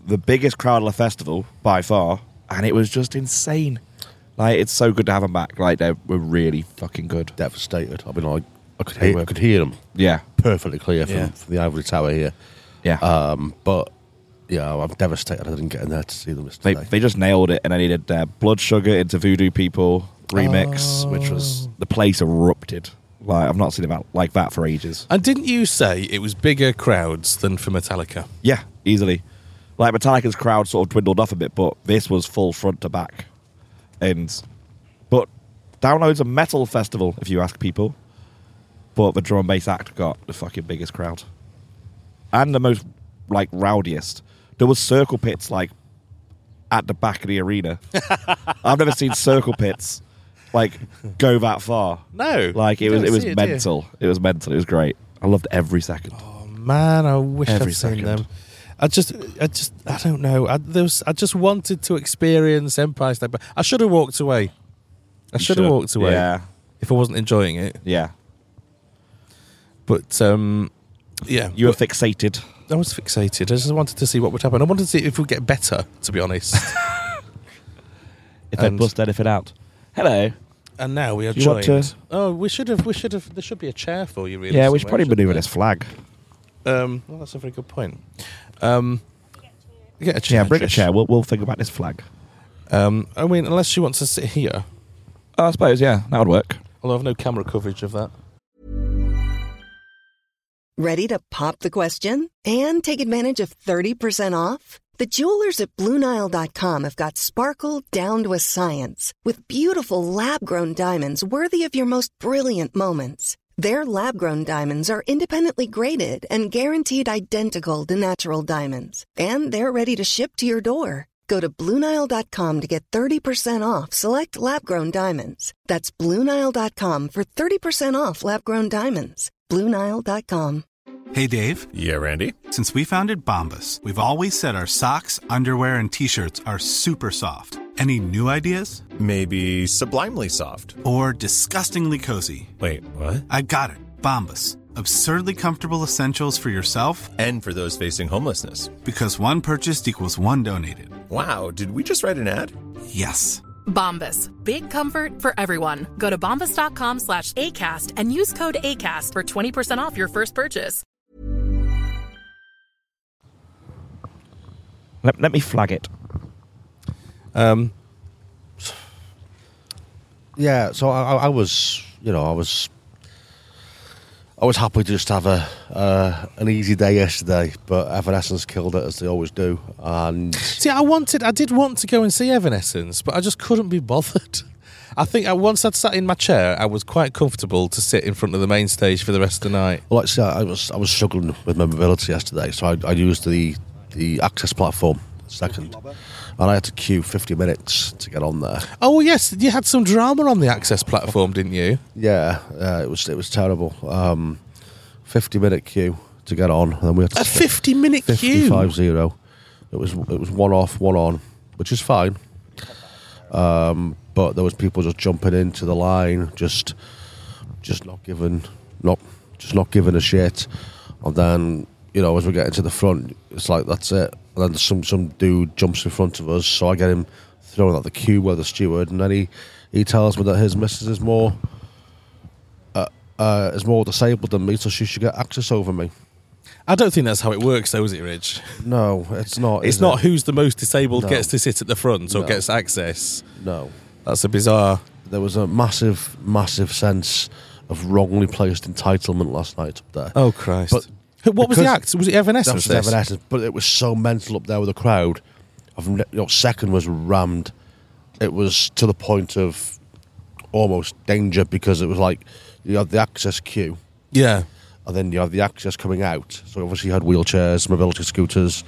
[SPEAKER 3] the biggest crowd of the festival by far, and it was just insane. Like it's so good to have them back. Like they were really fucking good.
[SPEAKER 4] Devastated. I mean, I, I could
[SPEAKER 3] They
[SPEAKER 4] hear,
[SPEAKER 3] were.
[SPEAKER 4] I could hear them
[SPEAKER 3] Yeah,
[SPEAKER 4] perfectly clear from,
[SPEAKER 6] Yeah.
[SPEAKER 4] from the ivory tower here.
[SPEAKER 3] Yeah.
[SPEAKER 4] Um, but yeah, I'm devastated. I didn't get in there to see them
[SPEAKER 3] they,
[SPEAKER 4] yesterday.
[SPEAKER 3] they just nailed it, and I needed uh, Blood Sugar into Voodoo People remix, which was the place erupted. Like I've not seen about like that for ages.
[SPEAKER 6] And didn't you say it was bigger crowds than for Metallica?
[SPEAKER 3] Yeah, easily. Like Metallica's crowd sort of dwindled off a bit, but this was full front to back. And but downloads a metal festival, if you ask people. But the drum and bass act got the fucking biggest crowd. And the most like rowdiest. There was circle pits like at the back of the arena. I've never seen circle pits like go that far.
[SPEAKER 6] No,
[SPEAKER 3] Like it
[SPEAKER 6] you
[SPEAKER 3] was
[SPEAKER 6] don't
[SPEAKER 3] it was
[SPEAKER 6] see it, do you? Oh,
[SPEAKER 3] mental. It was mental. It was great. I loved every second.
[SPEAKER 6] Man, I wish
[SPEAKER 3] Every
[SPEAKER 6] I'd seen
[SPEAKER 3] second.
[SPEAKER 6] them. I just, I just, I don't know. I, there was, I just wanted to experience Empire State, but I should have walked away. I should have
[SPEAKER 3] should.
[SPEAKER 6] walked away.
[SPEAKER 3] Yeah.
[SPEAKER 6] If I wasn't enjoying it,
[SPEAKER 3] Yeah.
[SPEAKER 6] but um, yeah,
[SPEAKER 3] You were fixated.
[SPEAKER 6] I was fixated. I just wanted to see what would happen. I wanted to see if we'd get better. To be honest,
[SPEAKER 3] if I
[SPEAKER 6] And-
[SPEAKER 3] bust anything out. Hello.
[SPEAKER 6] and now we are
[SPEAKER 3] Do you want
[SPEAKER 6] joined.
[SPEAKER 3] to-
[SPEAKER 6] Oh, we should have, we should have. There should be a chair for you. Really,
[SPEAKER 3] Yeah, we should
[SPEAKER 6] somewhere,
[SPEAKER 3] probably
[SPEAKER 6] shouldn't
[SPEAKER 3] maneuver
[SPEAKER 6] there?
[SPEAKER 3] this flag.
[SPEAKER 6] Um, well, that's a very good point. Um, get a chair.
[SPEAKER 3] Yeah, bring a
[SPEAKER 6] Trish.
[SPEAKER 3] chair. We'll, we'll think about this flag.
[SPEAKER 6] Um, I mean, unless she wants to sit here.
[SPEAKER 3] I suppose, yeah, that would work.
[SPEAKER 6] Although I've no camera coverage of that.
[SPEAKER 8] Ready to pop the question and take advantage of 30% off? The jewelers at Bluenile.com have got sparkle down to a science with beautiful lab grown diamonds worthy of your most brilliant moments. Their lab grown diamonds are independently graded and guaranteed identical to natural diamonds, and they're ready to ship to your door. Go to Bluenile.com to get 30% off select lab grown diamonds. That's Bluenile.com for 30% off lab grown diamonds. Bluenile.com.
[SPEAKER 9] Hey, Dave.
[SPEAKER 10] Yeah, Randy.
[SPEAKER 9] Since we founded Bombus, we've always said our socks, underwear, and t shirts are super soft. Any new ideas?
[SPEAKER 10] Maybe sublimely soft.
[SPEAKER 9] Or disgustingly cozy?
[SPEAKER 10] Wait, what?
[SPEAKER 9] I got it. Bombus. Absurdly comfortable essentials for yourself
[SPEAKER 10] And for those facing homelessness.
[SPEAKER 9] because one purchased equals one donated.
[SPEAKER 10] Wow, did we just write an ad?
[SPEAKER 9] Yes.
[SPEAKER 11] Bombas. Big comfort for everyone. Go to bombas.com slash ACAST and use code ACAST for 20% off your first purchase.
[SPEAKER 3] Let, let me flag it.
[SPEAKER 6] Um,
[SPEAKER 4] yeah, so I, I I was, you know, I was, I was happy to just have a uh, an easy day yesterday. But Evanescence killed it as they always do, and
[SPEAKER 6] see, I wanted, I did want to go and see Evanescence, but I just couldn't be bothered. I think I, once I'd sat in my chair, I was quite comfortable to sit in front of the main stage for the rest of the night.
[SPEAKER 4] well, like I said, I was I was struggling with my mobility yesterday, so I, I used the the access platform second, and I had to queue fifty minutes to get on there.
[SPEAKER 6] Oh well, yes, you had some drama on the Access platform, didn't you?
[SPEAKER 4] Yeah, uh, it was it was terrible. Um, fifty minute queue to get on, and then we had to
[SPEAKER 6] A
[SPEAKER 4] sit-
[SPEAKER 6] fifty-minute queue.
[SPEAKER 4] 55 0. It was it was one off, one on, which is fine. Um, but there was people just jumping into the line, just just not giving not just not giving a shit. And then, you know, as we're getting to the front, it's like that's it. And then some some dude jumps in front of us, so I get him thrown out the queue with the steward and then he, he tells me that his missus is more uh, uh, is more disabled than me, so she should get access over me.
[SPEAKER 6] I don't think that's how it works, though, is it, Rich?
[SPEAKER 4] No, it's not.
[SPEAKER 6] It's
[SPEAKER 4] is
[SPEAKER 6] not
[SPEAKER 4] it?
[SPEAKER 6] who's the most disabled
[SPEAKER 4] No.
[SPEAKER 6] gets to sit at the front or
[SPEAKER 4] No.
[SPEAKER 6] gets access.
[SPEAKER 4] No.
[SPEAKER 6] That's a bizarre.
[SPEAKER 4] there was a massive, massive sense of wrongly placed entitlement last night up there.
[SPEAKER 6] Oh Christ!
[SPEAKER 4] But
[SPEAKER 6] Who- what was the
[SPEAKER 4] because-
[SPEAKER 6] act? Was it
[SPEAKER 4] that
[SPEAKER 6] Evanescence?
[SPEAKER 4] was
[SPEAKER 6] this?
[SPEAKER 4] Evanescence, but it was so mental up there with the crowd. Of ne- you know, second was rammed. It was to the point of almost danger because it was like you had the access queue,
[SPEAKER 6] Yeah.
[SPEAKER 4] and then you had the access coming out. So obviously you had wheelchairs, mobility scooters,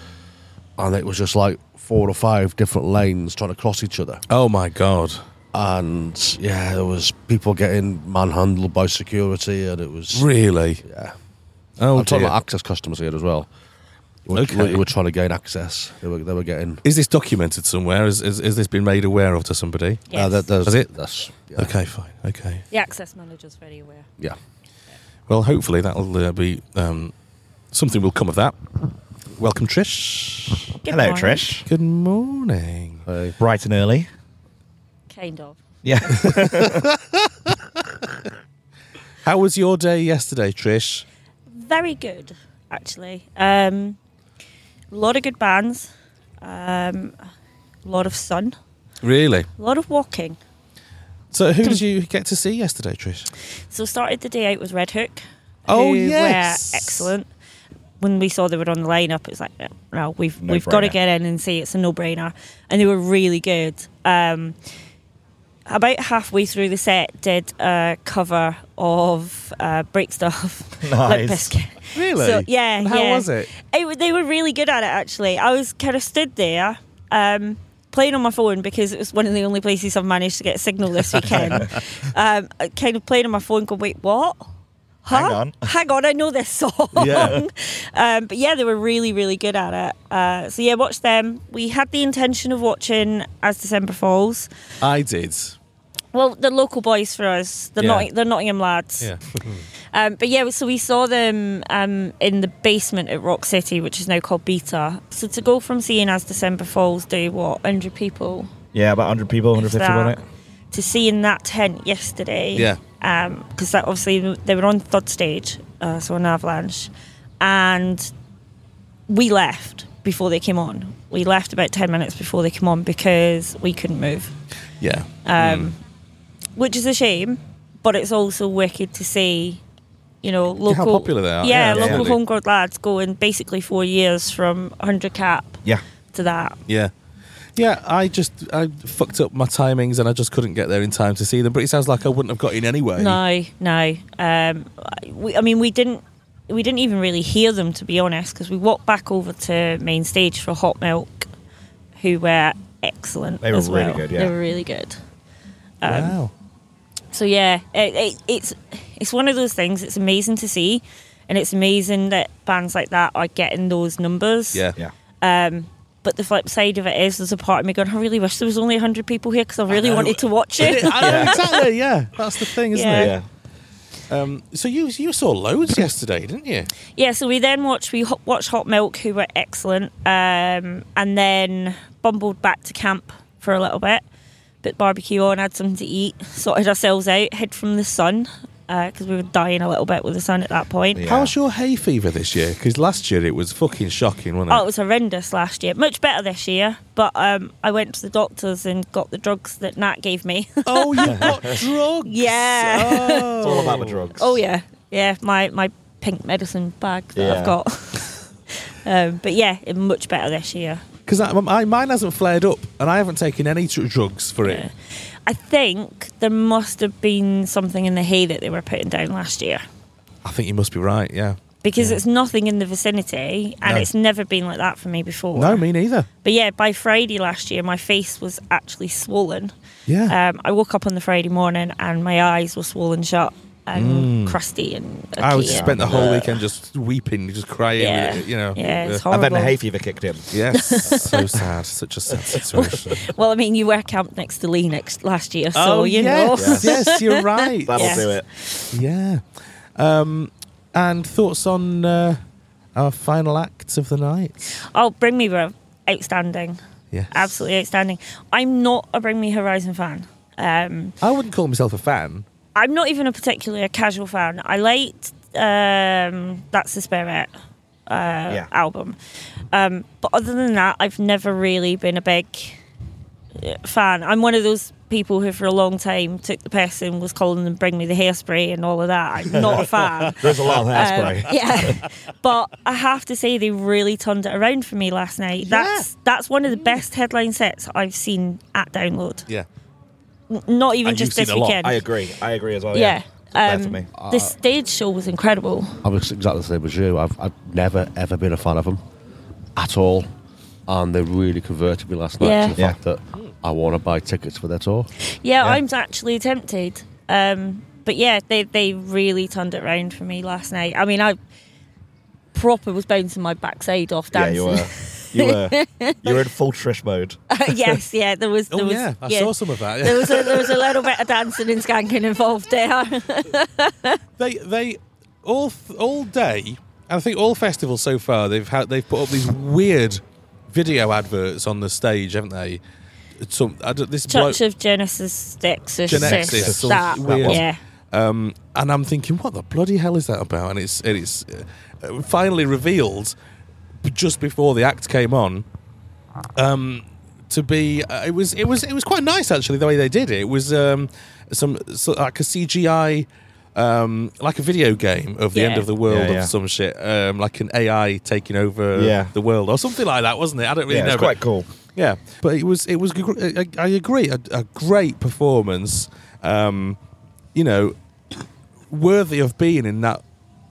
[SPEAKER 4] and it was just like four or five different lanes trying to cross each other.
[SPEAKER 6] Oh my God.
[SPEAKER 4] and yeah, there was people getting manhandled by security, and it was
[SPEAKER 6] Really?
[SPEAKER 4] yeah.
[SPEAKER 6] Oh
[SPEAKER 4] I'm talking
[SPEAKER 6] dear.
[SPEAKER 4] about access customers here as well. Who were,
[SPEAKER 6] Okay.
[SPEAKER 4] who were trying to gain access. They were, they were getting.
[SPEAKER 6] Is this documented somewhere? Is, is, is this been made aware of to somebody?
[SPEAKER 4] Uh, that- that's,
[SPEAKER 6] Has it?
[SPEAKER 4] That's, yeah.
[SPEAKER 6] Okay, fine. Okay.
[SPEAKER 1] The access manager's very aware.
[SPEAKER 4] Yeah.
[SPEAKER 6] Well, hopefully that'll uh, be um, something will come of that. Welcome, Trish.
[SPEAKER 1] Good
[SPEAKER 3] Hello,
[SPEAKER 1] morning.
[SPEAKER 3] Trish.
[SPEAKER 6] Good morning.
[SPEAKER 4] Hey.
[SPEAKER 3] Bright and early.
[SPEAKER 1] Kind of.
[SPEAKER 3] Yeah.
[SPEAKER 6] How was your day yesterday, Trish?
[SPEAKER 1] Very good, actually. Um, A lot of good bands. Um, a lot of sun.
[SPEAKER 6] Really?
[SPEAKER 1] A lot of walking.
[SPEAKER 6] So who did you get to see yesterday, Trish?
[SPEAKER 1] So started the day out with Red Hook.
[SPEAKER 6] Oh,
[SPEAKER 1] who
[SPEAKER 6] yes.
[SPEAKER 1] were excellent. When we saw they were on the lineup, it was like, no, we've
[SPEAKER 12] No
[SPEAKER 1] we've got to
[SPEAKER 12] brainer.
[SPEAKER 1] get in and see. It's a no brainer, and they were really good. Um, about halfway through the set, did a cover of uh, Break Stuff, Limp
[SPEAKER 6] Nice.
[SPEAKER 1] Bizkit.
[SPEAKER 6] Really?
[SPEAKER 1] So, yeah.
[SPEAKER 6] And how
[SPEAKER 1] yeah.
[SPEAKER 6] was it?
[SPEAKER 1] It wa- They were really good at it, actually. I was kind of stood there. Um, Playing on my phone because it was one of the only places I've managed to get a signal this weekend. um, I kind of playing on my phone, going, "Wait, what? Huh?
[SPEAKER 3] Hang on.
[SPEAKER 1] hang on, I know this song.
[SPEAKER 3] Yeah.
[SPEAKER 1] um, but yeah, they were really, really good at it. Uh, so yeah, watch them. We had the intention of watching As December Falls.
[SPEAKER 6] I did.
[SPEAKER 1] Well, the local boys for us. They're
[SPEAKER 6] Yeah.
[SPEAKER 1] not. They're Nottingham lads. Um, but yeah, so we saw them um, in the basement at Rock City, which is now called Beta. So to go from seeing As December Falls, do what hundred people
[SPEAKER 3] Yeah, about 100 people, 150 on
[SPEAKER 1] that,
[SPEAKER 3] it.
[SPEAKER 1] to see in that tent yesterday.
[SPEAKER 3] Yeah.
[SPEAKER 1] Because that obviously they were on third stage, uh, so on Avalanche, and we left before they came on. We left about ten minutes before they came on because we couldn't move,
[SPEAKER 6] Yeah.
[SPEAKER 1] um, which is a shame. But it's also wicked to see, you know, local
[SPEAKER 6] popular they are. Yeah,
[SPEAKER 1] Yeah, local
[SPEAKER 6] absolutely.
[SPEAKER 1] homegrown lads going basically four years from 100 cap
[SPEAKER 6] Yeah.
[SPEAKER 1] to that.
[SPEAKER 6] Yeah. Yeah, I just I fucked up my timings and I just couldn't get there in time to see them. But it sounds like I wouldn't have got in anyway.
[SPEAKER 1] No, no. Um, I- we, I mean, we didn't. We didn't even really hear them, to be honest, because we walked back over to main stage for Hot Milk, who were excellent.
[SPEAKER 3] They were
[SPEAKER 1] as
[SPEAKER 3] really
[SPEAKER 1] well.
[SPEAKER 3] good,
[SPEAKER 1] they
[SPEAKER 3] yeah.
[SPEAKER 1] were really good.
[SPEAKER 6] wow.
[SPEAKER 1] So yeah, it, it, it's it's one of those things. It's amazing to see, and it's amazing that bands like that are getting those numbers.
[SPEAKER 6] Yeah. Yeah.
[SPEAKER 1] Um, but the flip side of it is, there's a part of me going, I really wish there was only 100 people here because I really wanted to watch it.
[SPEAKER 6] I know, exactly. Yeah, that's the thing, isn't
[SPEAKER 1] Yeah.
[SPEAKER 6] it? Yeah. Um, so you you saw loads yesterday, didn't you?
[SPEAKER 1] Yeah, so we then watched we ho- watched Hot Milk, who were excellent, um, and then bumbled back to camp for a little bit, put barbecue on, had something to eat, sorted ourselves out, hid from the sun because we were dying a little bit with the sun at that point.
[SPEAKER 6] How's your hay fever this year? Because last year it was fucking shocking, wasn't it?
[SPEAKER 1] Oh, it was horrendous last year. Much better this year, but um, I went to the doctors and got the drugs that Nat gave me.
[SPEAKER 6] Oh, you got drugs?
[SPEAKER 1] Yeah.
[SPEAKER 3] It's all about the drugs.
[SPEAKER 1] Oh yeah, yeah. My my pink medicine bag that
[SPEAKER 6] Yeah.
[SPEAKER 1] I've got. um, but yeah, it- much better this year.
[SPEAKER 6] Because I, I, mine hasn't flared up, and I haven't taken any tr- drugs for it.
[SPEAKER 1] I think there must have been something in the hay that they were putting down last year
[SPEAKER 6] I think you must be right. Yeah.
[SPEAKER 1] because it's nothing in the vicinity and
[SPEAKER 6] No.
[SPEAKER 1] it's never been like that for me before.
[SPEAKER 6] No, me neither.
[SPEAKER 1] But yeah, by Friday last year, my face was actually swollen.
[SPEAKER 6] Yeah.
[SPEAKER 1] Um, I woke up on the Friday morning and my eyes were swollen shut and
[SPEAKER 6] Mm.
[SPEAKER 1] crusty and.
[SPEAKER 6] I was
[SPEAKER 1] achy
[SPEAKER 6] spent the
[SPEAKER 1] and-
[SPEAKER 6] whole weekend just weeping, just crying.
[SPEAKER 1] Yeah.
[SPEAKER 6] with it, you know.
[SPEAKER 1] Yeah, it's
[SPEAKER 6] Uh,
[SPEAKER 1] And then the horrible. hay
[SPEAKER 3] fever kicked in.
[SPEAKER 6] Yes. so sad. Such a sad situation.
[SPEAKER 1] Well, I mean, you were camped next to Lee next last year, so
[SPEAKER 6] oh,
[SPEAKER 1] you
[SPEAKER 6] yes.
[SPEAKER 1] know.
[SPEAKER 6] yes, you're right.
[SPEAKER 1] That'll Yes. do
[SPEAKER 3] it.
[SPEAKER 6] Yeah. Um, and thoughts on uh, our final act of the night?
[SPEAKER 1] Oh, Bring Me were outstanding.
[SPEAKER 6] Yes.
[SPEAKER 1] Absolutely outstanding. I'm not a Bring Me Horizon fan. Um,
[SPEAKER 6] I wouldn't call myself a fan.
[SPEAKER 1] I'm not even a particularly casual fan. I liked um, That's the Spirit
[SPEAKER 12] Yeah.
[SPEAKER 1] uh, album. Um, but other than that, I've never really been a big uh, fan. I'm one of those people who, for a long time, took the piss and was calling them Bring Me the Hairspray and all of that. I'm not a fan.
[SPEAKER 3] There's a lot of
[SPEAKER 1] Um,
[SPEAKER 3] hairspray.
[SPEAKER 1] yeah, but I have to say they really turned it around for me last night. That's that's one of the best headline sets I've seen at Download.
[SPEAKER 6] Yeah.
[SPEAKER 1] N- not even
[SPEAKER 3] And
[SPEAKER 1] just
[SPEAKER 3] you've
[SPEAKER 1] this
[SPEAKER 3] seen a lot.
[SPEAKER 1] weekend.
[SPEAKER 3] I agree. I agree Uh, as well. Yeah.
[SPEAKER 1] yeah,
[SPEAKER 3] Bad for
[SPEAKER 1] Um,
[SPEAKER 3] me.
[SPEAKER 1] the stage show was incredible.
[SPEAKER 4] I was exactly the same as you. I've, I've never, ever been a fan of them at all. And they really converted me last night
[SPEAKER 1] Yeah.
[SPEAKER 4] to the fact that I want to buy tickets for their tour.
[SPEAKER 1] Yeah, I'm actually tempted. Um, but yeah, they they really turned it around for me last night. I mean, I proper was bouncing my backside off
[SPEAKER 3] Yeah,
[SPEAKER 1] dancing.
[SPEAKER 3] you were. You were. You were in full Trish mode.
[SPEAKER 1] yes, yeah, there was.
[SPEAKER 6] Oh,
[SPEAKER 1] There was,
[SPEAKER 6] yeah, I saw some of that, yeah.
[SPEAKER 1] There was a, there was a little bit of dancing and skanking involved there.
[SPEAKER 6] They they all all day. And I think all festivals so far they've had they've put up these weird video adverts on the stage, haven't they? Some I don't, this bloke-
[SPEAKER 1] Church of Genesis Sticks.
[SPEAKER 6] Genexus,
[SPEAKER 1] Genesis.
[SPEAKER 6] some
[SPEAKER 1] That.
[SPEAKER 6] weird-
[SPEAKER 1] Yeah.
[SPEAKER 6] Um, and I'm thinking, what the bloody hell is that about? And it's and it's uh, finally revealed b- just before the act came on. Um, to be, uh, it was it was it was quite nice actually the way they did it. It was um, some so, like a CGI, um, like a video game of the end
[SPEAKER 10] Yeah.
[SPEAKER 6] of the world
[SPEAKER 10] Yeah, yeah.
[SPEAKER 6] of some shit, um, like an AI taking over
[SPEAKER 10] Yeah.
[SPEAKER 6] the world or something like that, wasn't it? I don't really
[SPEAKER 10] Yeah,
[SPEAKER 6] know.
[SPEAKER 10] it's
[SPEAKER 6] but-
[SPEAKER 10] quite cool.
[SPEAKER 6] yeah, but it was it was. gr- I, I agree, a, a great performance. Um, you know, worthy of being in that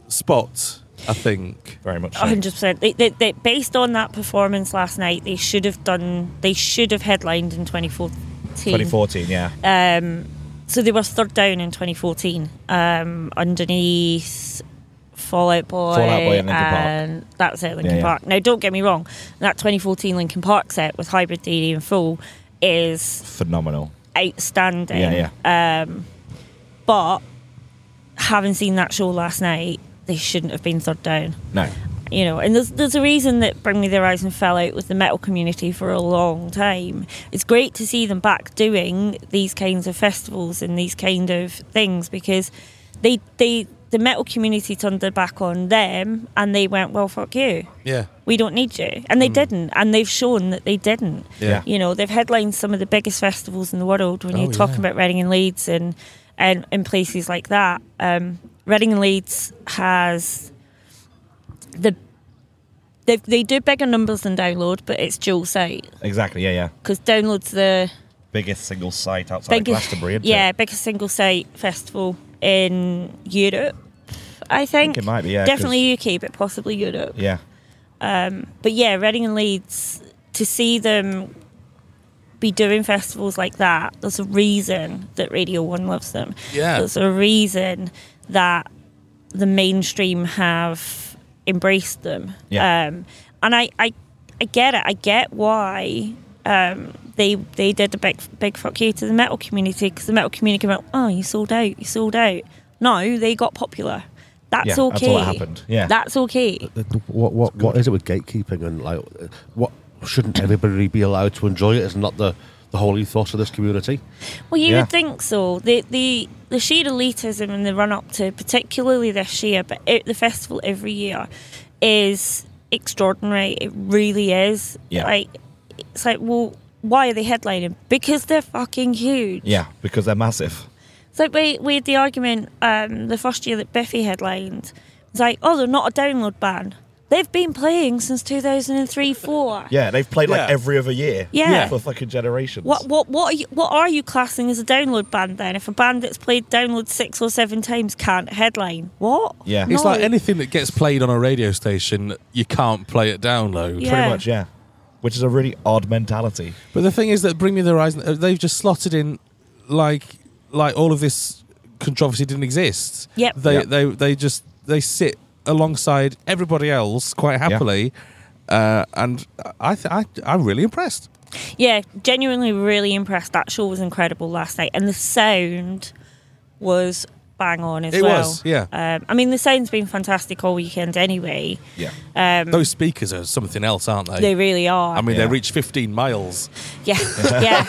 [SPEAKER 6] spot. I think
[SPEAKER 3] very much.
[SPEAKER 1] hundred percent. They, they, they, based on that performance last night, they should have done. They should have headlined in 2014.
[SPEAKER 13] 2014, yeah.
[SPEAKER 1] Um, so they were third down in 2014 um, underneath Fallout Boy,
[SPEAKER 13] Fallout Boy and Linkin Park.
[SPEAKER 1] and that was it, Linkin
[SPEAKER 13] Yeah, yeah.
[SPEAKER 1] Park. Now, don't get me wrong, that 2014 Linkin Park set with Hybrid Theory and Full is
[SPEAKER 13] Phenomenal.
[SPEAKER 1] outstanding.
[SPEAKER 13] Yeah,
[SPEAKER 1] yeah. Um, but having seen that show last night, they shouldn't have been third down
[SPEAKER 13] No.
[SPEAKER 1] you know, and there's there's a reason that Bring Me the Horizon fell out with the metal community for a long time. It's great to see them back doing these kinds of festivals and these kind of things because they they the metal community turned their back on them and they went, well, fuck you,
[SPEAKER 6] Yeah.
[SPEAKER 1] we don't need you, and they
[SPEAKER 6] Mm.
[SPEAKER 1] didn't, and they've shown that they didn't.
[SPEAKER 6] Yeah.
[SPEAKER 1] you know, they've headlined some of the biggest festivals in the world when
[SPEAKER 12] Oh,
[SPEAKER 1] you're talking
[SPEAKER 12] yeah.
[SPEAKER 1] about Reading and Leeds and and in places like that. Um, Reading and Leeds has the they they do bigger numbers than download, but it's dual site
[SPEAKER 13] Exactly, yeah, yeah.
[SPEAKER 1] because downloads the
[SPEAKER 13] Biggest single site outside of
[SPEAKER 1] biggest
[SPEAKER 13] Oh, Glastonbury, isn't
[SPEAKER 1] yeah
[SPEAKER 13] it?
[SPEAKER 1] biggest single site festival in Europe. I think,
[SPEAKER 13] it might be, yeah, 'cause-
[SPEAKER 1] definitely UK, but possibly Europe.
[SPEAKER 13] Yeah.
[SPEAKER 1] Um, but yeah, Reading and Leeds, to see them be doing festivals like that, there's a reason that Radio 1 loves them.
[SPEAKER 12] Yeah.
[SPEAKER 1] There's a reason that the mainstream have embraced them.
[SPEAKER 12] Yeah.
[SPEAKER 1] Um, and I, I, I get it. I get why um, they they did a big, big fuck you to the metal community because the metal community went, oh, you sold out, you sold out. No, they got popular. That's
[SPEAKER 4] Yeah, that's all
[SPEAKER 1] okay.
[SPEAKER 4] that happened. Yeah.
[SPEAKER 1] That's okay.
[SPEAKER 4] What what what is it with gatekeeping and like uh, what shouldn't everybody be allowed to enjoy it? Isn't that the the whole ethos of this community?
[SPEAKER 1] Well, you
[SPEAKER 4] Yeah.
[SPEAKER 1] would think so. The the the sheer elitism in the run up to, particularly this year, but at the festival every year, is extraordinary. It really is.
[SPEAKER 13] Yeah.
[SPEAKER 1] Like it's like, well, why are they headlining? Because they're fucking huge.
[SPEAKER 13] Yeah, because they're massive.
[SPEAKER 1] It's like we we had the argument um, the first year that Biffy headlined. It's like, oh, they're not a download ban. They've been playing since two thousand and three four.
[SPEAKER 13] Yeah, they've played like
[SPEAKER 1] Yeah.
[SPEAKER 13] every other year.
[SPEAKER 1] Yeah. Yeah.
[SPEAKER 13] For fucking generations.
[SPEAKER 1] What what what are you, what are you classing as a download band then? If a band that's played download six or seven times can't headline, what?
[SPEAKER 6] Yeah,
[SPEAKER 1] No.
[SPEAKER 6] it's like anything that gets played on a radio station, you can't play it download.
[SPEAKER 1] Yeah. Pretty much,
[SPEAKER 13] yeah. Which is a really odd mentality.
[SPEAKER 6] But the thing is that Bring Me the Horizon, uh, they've just slotted in like like all of this controversy didn't exist.
[SPEAKER 1] Yep.
[SPEAKER 6] They
[SPEAKER 1] Yep.
[SPEAKER 6] they they just they sit alongside everybody else quite happily, uh, and I, th- I I'm really impressed.
[SPEAKER 1] yeah, genuinely really impressed. That show was incredible last night, and the sound was bang on as
[SPEAKER 6] It
[SPEAKER 1] well.
[SPEAKER 6] was, yeah.
[SPEAKER 1] Um, I mean, the sound's been fantastic all weekend anyway.
[SPEAKER 6] Yeah.
[SPEAKER 1] Um,
[SPEAKER 6] Those speakers are something else, aren't they?
[SPEAKER 1] They really are.
[SPEAKER 6] I mean, they
[SPEAKER 1] Yeah.
[SPEAKER 6] reach 15 miles.
[SPEAKER 1] yeah, yeah.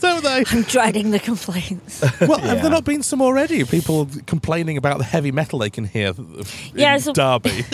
[SPEAKER 6] Don't they?
[SPEAKER 1] I'm dreading the complaints.
[SPEAKER 6] Well, have there not been some already? People complaining about the heavy metal they can hear in
[SPEAKER 1] Yeah, so-
[SPEAKER 6] Derby.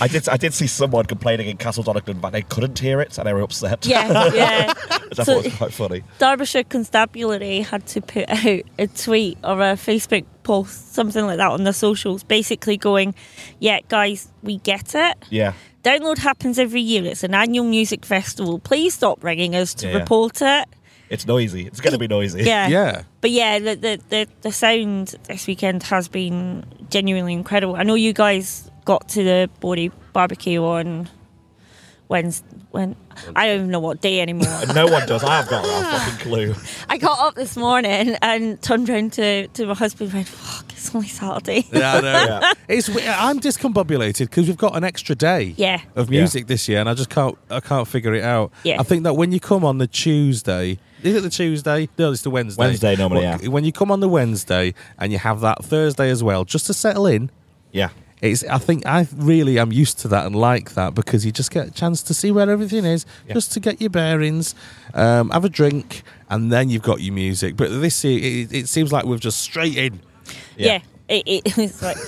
[SPEAKER 13] I did I did see someone complaining in Castle Donington but they couldn't hear it and they were upset.
[SPEAKER 1] Yeah, yeah.
[SPEAKER 13] Which I
[SPEAKER 1] So-
[SPEAKER 13] thought was quite funny.
[SPEAKER 1] Derbyshire Constabulary had to put out a tweet or a Facebook post, something like that, on their socials, basically going, Yeah, guys, we get it.
[SPEAKER 13] Yeah.
[SPEAKER 1] Download happens every year. It's an annual music festival. Please stop ringing us to
[SPEAKER 13] Yeah, yeah.
[SPEAKER 1] report it.
[SPEAKER 13] It's noisy. It's gonna be noisy.
[SPEAKER 1] Yeah. But yeah, the, the, the, the sound this weekend has been genuinely incredible. I know you guys got to the Body barbecue on Wednesday. When, I don't even know what day anymore.
[SPEAKER 13] no one does. I have got a fucking clue.
[SPEAKER 1] I got up this morning and turned round to, to my husband and went, fuck, it's only Saturday.
[SPEAKER 6] Yeah, I know. It's we- I'm discombobulated because we've got an extra day
[SPEAKER 1] Yeah.
[SPEAKER 6] of music this year, and I just can't I can't figure it out.
[SPEAKER 1] Yeah.
[SPEAKER 6] I think that when you come on the Tuesday, is it the Tuesday? No, it's the Wednesday.
[SPEAKER 13] Wednesday normally,
[SPEAKER 6] When-
[SPEAKER 13] yeah.
[SPEAKER 6] When you come on the Wednesday and you have that Thursday as well, just to settle in.
[SPEAKER 13] Yeah.
[SPEAKER 6] It's. I think I really am used to that and like that because you just get a chance to see where everything is,
[SPEAKER 13] Yeah.
[SPEAKER 6] just to get your bearings, um, have a drink, and then you've got your music. But this year, it, it seems like we've just straight in.
[SPEAKER 1] Yeah. It, it, it's like,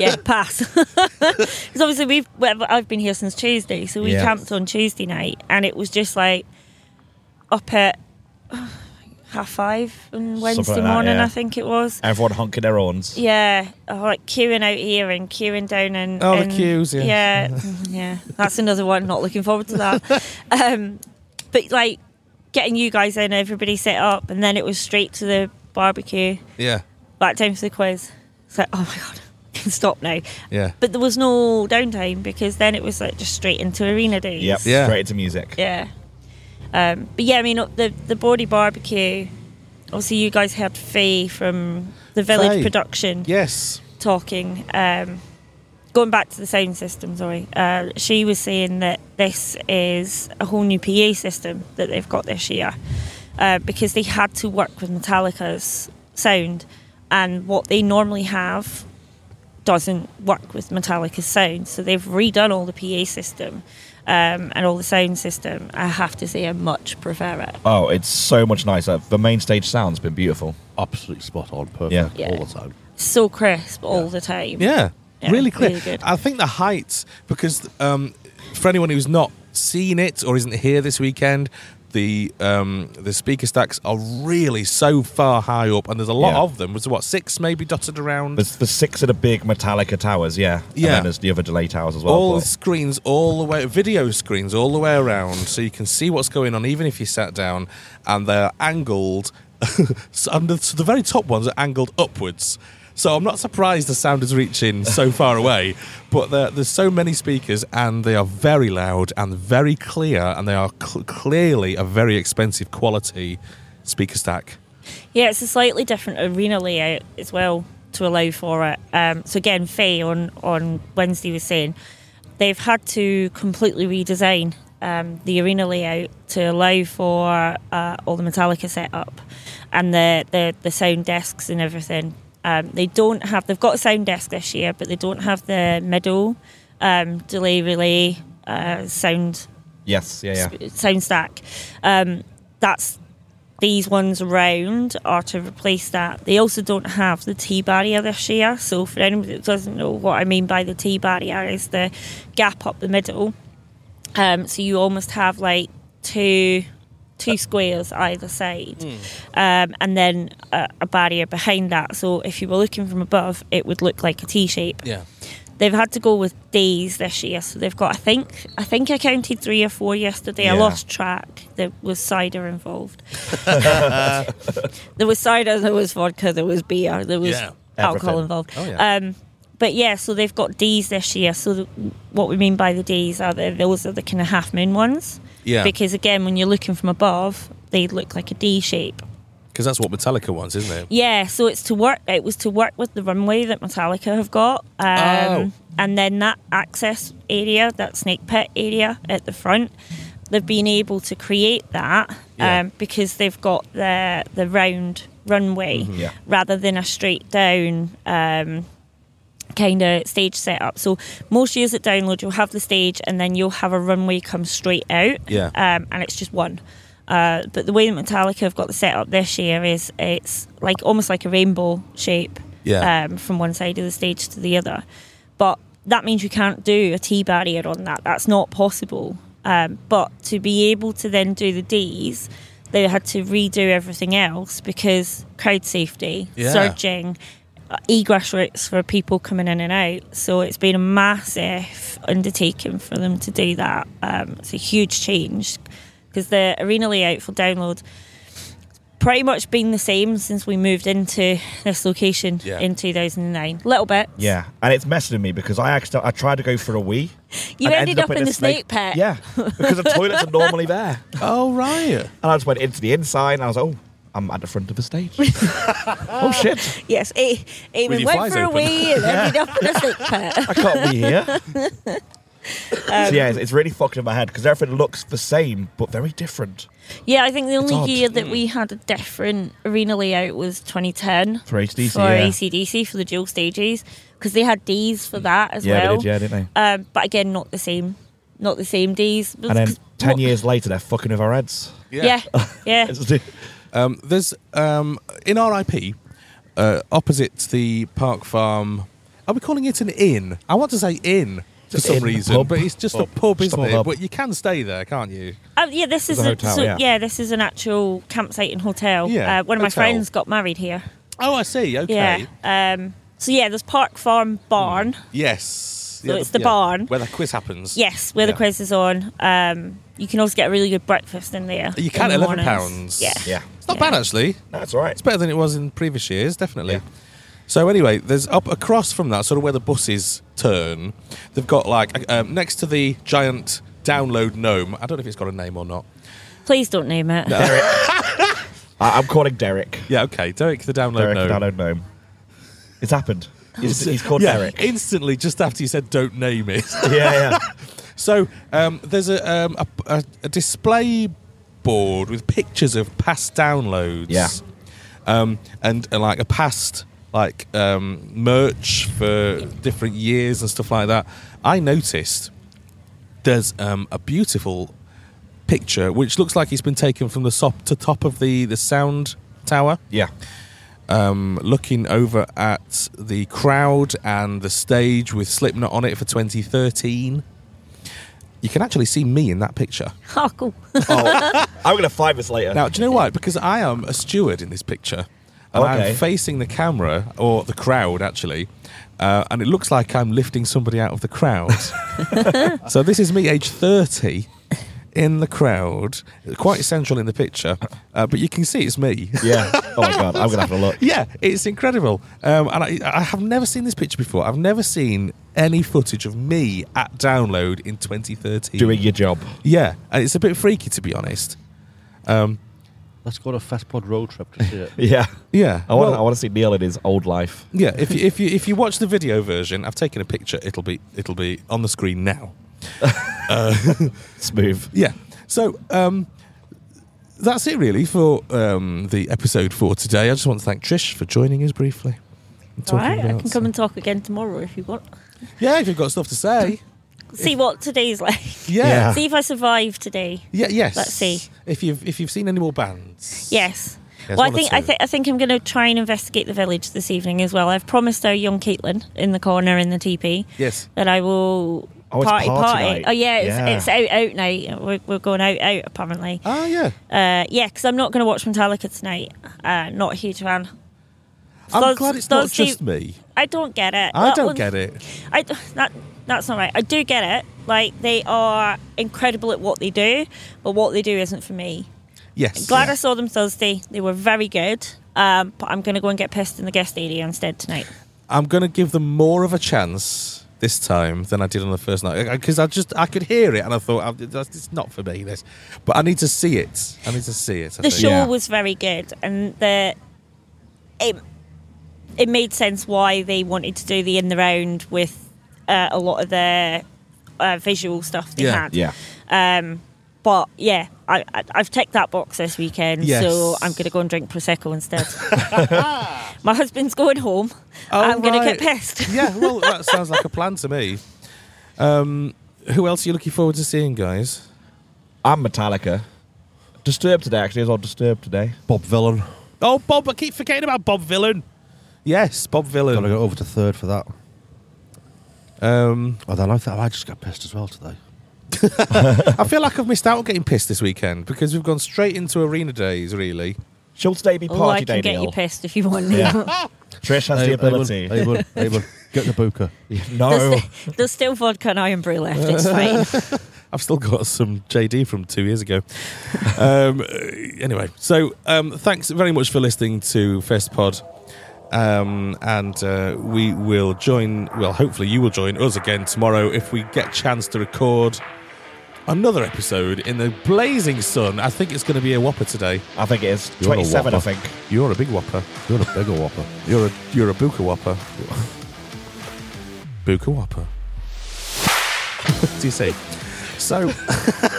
[SPEAKER 1] yeah, pass. Because obviously we've well, I've been here since Tuesday, so we
[SPEAKER 14] Yeah.
[SPEAKER 1] camped on Tuesday night, and it was just like up at half five on Wednesday
[SPEAKER 13] like that,
[SPEAKER 1] morning,
[SPEAKER 13] yeah.
[SPEAKER 1] I think it was.
[SPEAKER 13] Everyone honking their horns.
[SPEAKER 1] Yeah, oh, like queuing out here and queuing down and
[SPEAKER 13] Oh, the
[SPEAKER 1] and-
[SPEAKER 13] queues, yeah.
[SPEAKER 1] yeah, mm, yeah. That's another one. Not looking forward to that. um, but like getting you guys in, everybody set up, and then it was straight to the barbecue.
[SPEAKER 6] Yeah.
[SPEAKER 1] Like time for the quiz. It's like, oh my god, I can stop now.
[SPEAKER 6] Yeah.
[SPEAKER 1] But there was no downtime because then it was like just straight into arena days.
[SPEAKER 13] Yep.
[SPEAKER 6] Yeah.
[SPEAKER 13] Straight into music.
[SPEAKER 1] Yeah. Um, but yeah, I mean the the Bawdy barbecue. Obviously, you guys had Faye from the Village
[SPEAKER 6] Faye.
[SPEAKER 1] production.
[SPEAKER 6] Yes.
[SPEAKER 1] Talking. Um, going back to the sound system. Sorry, uh, she was saying that this is a whole new PA system that they've got this year uh, because they had to work with Metallica's sound and what they normally have doesn't work with Metallica's sound. So they've redone all the PA system um, and all the sound system. I have to say, I much prefer it.
[SPEAKER 13] Oh, it's so much nicer. The main stage sound's been beautiful.
[SPEAKER 4] Absolutely spot on. Perfect.
[SPEAKER 13] Yeah.
[SPEAKER 1] Yeah. all the
[SPEAKER 4] time.
[SPEAKER 1] So crisp all the time.
[SPEAKER 6] Yeah, really clear.
[SPEAKER 1] good.
[SPEAKER 6] I think the heights because um, for anyone who's not seen it or isn't here this weekend, the um, the speaker stacks are really so far high up, and there's a lot
[SPEAKER 13] Yeah.
[SPEAKER 6] of them. Was what six maybe dotted around?
[SPEAKER 13] There's the six of the big Metallica towers, yeah. And
[SPEAKER 6] Yeah.
[SPEAKER 13] then there's the other delay towers as well.
[SPEAKER 6] all
[SPEAKER 13] but-
[SPEAKER 6] the screens, all the way, video screens, all the way around, so you can see what's going on, even if you sat down. And they're angled, so- and the, so the very top ones are angled upwards. So I'm not surprised the sound is reaching so far away, but there, there's so many speakers, and they are very loud and very clear, and they are cl- clearly a very expensive quality speaker stack.
[SPEAKER 1] Yeah, it's a slightly different arena layout as well to allow for it. Um, so again, Faye on on Wednesday was saying they've had to completely redesign um, the arena layout to allow for uh, all the Metallica setup and the the, the sound desks and everything. Um, they don't have they've got a sound desk this year, but they don't have the middle um, delay relay uh, sound
[SPEAKER 13] Yes, yeah, yeah.
[SPEAKER 1] sp- sound stack. Um, that's these ones around are to replace that. They also don't have the T barrier this year. So for anyone that doesn't know what I mean by the T barrier, is the gap up the middle. Um, so you almost have like two two squares either side, um, and then a, a barrier behind that. So if you were looking from above, it would look like a T shape.
[SPEAKER 6] Yeah.
[SPEAKER 1] They've had to go with days this year, so they've got. I think I think I counted three or four yesterday. I
[SPEAKER 12] Yeah.
[SPEAKER 1] lost track. There was cider involved. there was cider, there was vodka, there was beer, there was
[SPEAKER 12] Yeah.
[SPEAKER 1] alcohol
[SPEAKER 12] Everything.
[SPEAKER 1] involved.
[SPEAKER 12] Oh, yeah.
[SPEAKER 1] Um, but yeah, so they've got D's this year. So th- what we mean by the D's are the, those are the kind of half moon ones.
[SPEAKER 6] Yeah.
[SPEAKER 1] Because again, when you're looking from above, they look like a D shape.
[SPEAKER 6] Because that's what Metallica wants, isn't it?
[SPEAKER 1] Yeah, so it's to work. It was to work with the runway that Metallica have got, um,
[SPEAKER 6] Oh.
[SPEAKER 1] and then that access area, that snake pit area at the front, they've been able to create that
[SPEAKER 12] Yeah.
[SPEAKER 1] um, because they've got the the round runway
[SPEAKER 12] Mhm. Yeah.
[SPEAKER 1] rather than a straight down. Um, kind of stage setup so most years at download you'll have the stage and then you'll have a runway come straight out
[SPEAKER 12] Yeah.
[SPEAKER 1] um, and it's just one. Uh, but the way that Metallica have got the setup this year is it's like almost like a rainbow shape
[SPEAKER 12] Yeah.
[SPEAKER 1] um, from one side of the stage to the other. But that means you can't do a T barrier on that. That's not possible. Um, but to be able to then do the D's, they had to redo everything else because crowd safety,
[SPEAKER 12] Yeah.
[SPEAKER 1] surging, uh, egress routes for people coming in and out. So it's been a massive undertaking for them to do that. Um, it's a huge change because the arena layout for download pretty much been the same since we moved into this location
[SPEAKER 13] Yeah.
[SPEAKER 1] in 2009. Little bit.
[SPEAKER 13] Yeah, and it's messing with me because I actually I tried to go for a wee.
[SPEAKER 1] You
[SPEAKER 13] and
[SPEAKER 1] ended up in
[SPEAKER 13] a
[SPEAKER 1] the snake pit.
[SPEAKER 13] Yeah, because the toilets are normally there.
[SPEAKER 6] Oh right.
[SPEAKER 13] And I just went into the inside, and I was oh, I'm at the front of the stage. oh shit!
[SPEAKER 1] Yes, A-
[SPEAKER 13] With
[SPEAKER 1] Eamon
[SPEAKER 13] your
[SPEAKER 1] went
[SPEAKER 13] flies
[SPEAKER 1] for a
[SPEAKER 13] open.
[SPEAKER 1] wee and
[SPEAKER 13] Yeah.
[SPEAKER 1] ended up in a snake pit.
[SPEAKER 13] I can't be here. so
[SPEAKER 1] Um,
[SPEAKER 13] yeah, it's, it's really fucking in my head because everything looks the same but very different.
[SPEAKER 1] Yeah, I think the
[SPEAKER 13] It's
[SPEAKER 1] only
[SPEAKER 13] odd.
[SPEAKER 1] year that we had a different arena layout was 2010
[SPEAKER 13] For HDC,
[SPEAKER 1] for
[SPEAKER 13] yeah.
[SPEAKER 1] AC/DC, for the dual stages because they had D's for that as
[SPEAKER 13] Yeah, they
[SPEAKER 1] well.
[SPEAKER 13] did, yeah, didn't
[SPEAKER 1] they? Um, but again, not the same, not the same D's.
[SPEAKER 13] And then ten years later, they're fucking with our heads.
[SPEAKER 1] Yeah. Yeah.
[SPEAKER 6] um, there's um, in RIP. uh, opposite the Park Farm. Are we calling it an inn? I want to say inn for
[SPEAKER 1] Just
[SPEAKER 6] some
[SPEAKER 1] inn,
[SPEAKER 6] reason,
[SPEAKER 1] pub,
[SPEAKER 6] but it's just a
[SPEAKER 1] pub,
[SPEAKER 6] pub,
[SPEAKER 1] just a
[SPEAKER 6] isn't it?
[SPEAKER 1] pub.
[SPEAKER 6] But you can stay there, can't you?
[SPEAKER 1] Oh yeah, this
[SPEAKER 6] The
[SPEAKER 1] is a,
[SPEAKER 6] hotel,
[SPEAKER 1] so-
[SPEAKER 6] yeah.
[SPEAKER 1] yeah. this is an actual campsite and hotel.
[SPEAKER 6] Yeah,
[SPEAKER 1] uh, one of my
[SPEAKER 6] hotel.
[SPEAKER 1] friends got married here.
[SPEAKER 6] Oh, I see. Okay.
[SPEAKER 1] Yeah. Um, so yeah, there's Park Farm Barn.
[SPEAKER 13] Hmm.
[SPEAKER 6] Yes.
[SPEAKER 1] So it's the barn.
[SPEAKER 6] where the quiz happens.
[SPEAKER 1] Yes, where the
[SPEAKER 6] Yeah.
[SPEAKER 1] quiz is on. Um, you can also get a really good breakfast in there.
[SPEAKER 6] You
[SPEAKER 1] in
[SPEAKER 6] can
[SPEAKER 1] the
[SPEAKER 6] eleven pounds.
[SPEAKER 1] mornings. Yeah.
[SPEAKER 6] it's not bad actually.
[SPEAKER 13] That's right.
[SPEAKER 6] It's better than it was in previous years, definitely. So anyway, there's up across from that, sort of where the buses turn. They've got like um, next to the giant download gnome. I don't know if it's got a name or not.
[SPEAKER 1] Please don't name it.
[SPEAKER 13] I, I'm calling Derek.
[SPEAKER 6] Yeah, okay, Derek the download
[SPEAKER 13] Derek
[SPEAKER 6] gnome.
[SPEAKER 13] the download gnome. It's happened. He's, he's called
[SPEAKER 6] yeah,
[SPEAKER 13] Derek.
[SPEAKER 6] Instantly, just after you said don't name it.
[SPEAKER 13] Yeah, yeah.
[SPEAKER 6] so um, there's a, um, a, a, a display board with pictures of past downloads.
[SPEAKER 13] Yeah.
[SPEAKER 6] Um, and, and like a past like um, merch for different years and stuff like that. I noticed there's um, a beautiful picture which looks like it's been taken from the top to top of the the sound tower.
[SPEAKER 13] Yeah.
[SPEAKER 6] Um, looking over at the crowd and the stage with Slipknot on it for 2013. You can actually see me in that picture.
[SPEAKER 1] Oh, cool.
[SPEAKER 13] I'm going to find this later.
[SPEAKER 6] Now, do you know why? Because I am a steward in this picture, and
[SPEAKER 13] Okay.
[SPEAKER 6] I'm facing the camera or the crowd actually, uh, and it looks like I'm lifting somebody out of the crowd. so this is me, age thirty, in the crowd, quite central in the picture, uh, but you can see it's me.
[SPEAKER 13] Yeah. Oh my god, I'm gonna have to look.
[SPEAKER 6] Yeah, it's incredible, um, and I, I have never seen this picture before. I've never seen any footage of me at download in 2013
[SPEAKER 13] Doing your job.
[SPEAKER 6] Yeah, and it's a bit freaky to be honest. Um,
[SPEAKER 4] Let's go on a Festpod road trip to see it.
[SPEAKER 13] Yeah.
[SPEAKER 6] Yeah.
[SPEAKER 13] I want.
[SPEAKER 6] Well-
[SPEAKER 13] I want to see Neil in his old life.
[SPEAKER 6] Yeah, if you, if you if you watch the video version, I've taken a picture. It'll be it'll be on the screen now. uh,
[SPEAKER 13] Smooth.
[SPEAKER 6] Yeah. So um, that's it really for um, the episode for today. I just want to thank Trish for joining us briefly. and talking
[SPEAKER 1] All right, I
[SPEAKER 6] about-
[SPEAKER 1] can come and talk again tomorrow if you want.
[SPEAKER 6] yeah, if you've got stuff to say.
[SPEAKER 1] See what today's like.
[SPEAKER 6] Yeah. Yeah.
[SPEAKER 1] See if I survive today.
[SPEAKER 6] Yeah. Ah. Yes.
[SPEAKER 1] Let's see.
[SPEAKER 6] if you've if you've seen any more bands.
[SPEAKER 1] Yes.
[SPEAKER 6] Yes,
[SPEAKER 1] well, I
[SPEAKER 6] one or
[SPEAKER 1] think I
[SPEAKER 6] two.
[SPEAKER 1] think I think I'm going to try and investigate the village this evening as well. I've promised our young Caitlin in the corner in the teepee
[SPEAKER 6] Yes.
[SPEAKER 1] that I will
[SPEAKER 6] Oh, it's
[SPEAKER 1] party
[SPEAKER 6] party night.
[SPEAKER 1] Oh yeah, it's,
[SPEAKER 6] Yeah.
[SPEAKER 1] it's out out night. We're, we're going out out apparently.
[SPEAKER 6] Oh yeah.
[SPEAKER 1] Uh, yeah, because I'm not going to watch Metallica tonight. Uh, not a huge fan.
[SPEAKER 6] I'm
[SPEAKER 1] Does-
[SPEAKER 6] glad it's not
[SPEAKER 1] does the-
[SPEAKER 6] just me.
[SPEAKER 1] I don't get it.
[SPEAKER 6] I
[SPEAKER 1] That
[SPEAKER 6] don't
[SPEAKER 1] one-
[SPEAKER 6] get it.
[SPEAKER 1] I d- that that's not right. I do get it. Like they are incredible at what they do, but what they do isn't for me.
[SPEAKER 6] Yes.
[SPEAKER 1] Glad I saw them Thursday. They were very good. Um, but I'm going to go and get pissed in the guest area instead tonight.
[SPEAKER 6] I'm going to give them more of a chance this time than I did on the first night because I just I could hear it and I thought "Oh, that's- it's not for me this, but I need to see it. I need to see it. I
[SPEAKER 1] the
[SPEAKER 6] think.
[SPEAKER 1] show was very good, and the it it made sense why they wanted to do the in the round with uh, a lot of the uh, visual stuff they
[SPEAKER 6] Yeah,
[SPEAKER 1] had. Um, but yeah, I, I, I've ticked that box this weekend,
[SPEAKER 6] Yes.
[SPEAKER 1] so I'm going to go and drink prosecco instead. My husband's going home. I'm going to get
[SPEAKER 6] Oh, right.
[SPEAKER 1] pissed.
[SPEAKER 6] yeah, well, that sounds like a plan to me. Um, who else are you looking forward to seeing, guys?
[SPEAKER 13] I'm Metallica. Disturbed today, actually. Is on Disturbed today.
[SPEAKER 4] Bob Villain.
[SPEAKER 6] Oh, Bob! I keep forgetting about Bob Villain. Yes, Bob Villain.
[SPEAKER 4] Gotta go over to third for that.
[SPEAKER 6] Um,
[SPEAKER 4] oh, then I thought I just got pissed as well today.
[SPEAKER 6] I feel like I've missed out on getting pissed this weekend because we've gone straight into arena days. Really,
[SPEAKER 13] should today be
[SPEAKER 1] Oh, I can get you pissed if you want me.
[SPEAKER 13] Yeah. Trish has the ability.
[SPEAKER 4] Abel, Abel, get the booker.
[SPEAKER 13] No.
[SPEAKER 1] There's,
[SPEAKER 6] Oh.
[SPEAKER 1] st- there's still vodka and iron brew left. It's fine.
[SPEAKER 6] I've still got some JD from two years ago. um, uh, anyway, so um, thanks very much for listening to FestPod. Um, and uh, we will join, well, hopefully you will join us again tomorrow if we get chance to record another episode in the blazing sun. I think it's going to be a whopper today.
[SPEAKER 13] I think it is.
[SPEAKER 6] You're a
[SPEAKER 13] 27, I
[SPEAKER 6] whopper.
[SPEAKER 13] think.
[SPEAKER 6] You're a big whopper.
[SPEAKER 4] You're a bigger whopper.
[SPEAKER 6] You're a, you're a booker whopper. Booker whopper. Do you see? So, got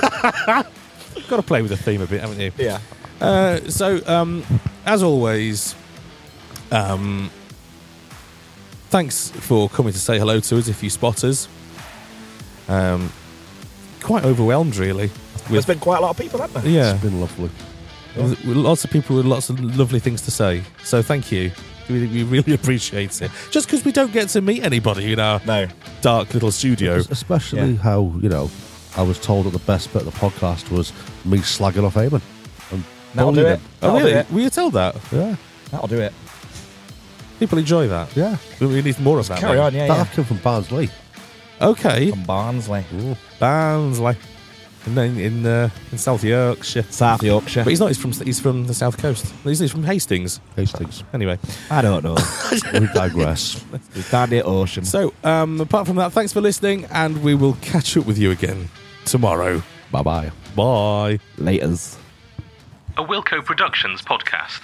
[SPEAKER 6] to play with the theme a bit, haven't you?
[SPEAKER 13] Yeah.
[SPEAKER 6] Uh, so, um, as always, um, thanks for coming to say hello to us if you spot us. Um, quite overwhelmed, really.
[SPEAKER 13] There's
[SPEAKER 6] With,
[SPEAKER 13] been quite a lot of people, haven't there?
[SPEAKER 6] yeah.
[SPEAKER 4] Been lovely.
[SPEAKER 6] With lots of people with lots of lovely things to say. So, thank you. We, we really appreciate it. Just because we don't get to meet anybody in our dark little studio.
[SPEAKER 4] Especially how, you know, I was told that the best bit of the podcast was me slagging off Eamon. And
[SPEAKER 6] That'll
[SPEAKER 4] bullying
[SPEAKER 6] do it.
[SPEAKER 4] him.
[SPEAKER 6] Oh, really? Were you told that?
[SPEAKER 4] Yeah.
[SPEAKER 13] That'll do it.
[SPEAKER 6] People enjoy that.
[SPEAKER 4] Yeah.
[SPEAKER 6] We- We need more of that.
[SPEAKER 4] carry
[SPEAKER 6] then.
[SPEAKER 4] on, yeah, That yeah. came from Barnsley.
[SPEAKER 6] Okay.
[SPEAKER 13] From Barnsley.
[SPEAKER 6] Barnsley. And then in uh, in South Yorkshire.
[SPEAKER 13] South Yorkshire.
[SPEAKER 6] But he's not. He's from he's from the South Coast. He's, he's from Hastings.
[SPEAKER 4] Hastings.
[SPEAKER 6] Anyway.
[SPEAKER 13] I don't know.
[SPEAKER 4] we digress.
[SPEAKER 13] It's down near ocean.
[SPEAKER 6] So, um, apart from that, thanks for listening, and we will catch up with you again tomorrow.
[SPEAKER 13] Bye bye.
[SPEAKER 6] Bye.
[SPEAKER 13] Laters.
[SPEAKER 14] A Wilco Productions podcast.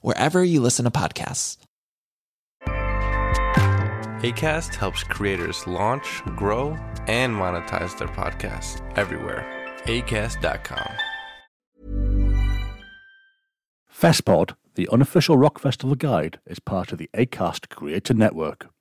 [SPEAKER 15] wherever you listen to podcasts.
[SPEAKER 10] ACAST helps creators launch, grow, and monetize their podcasts everywhere. ACAST.com.
[SPEAKER 16] Festpod, the unofficial rock festival guide, is part of the ACAST Creator Network.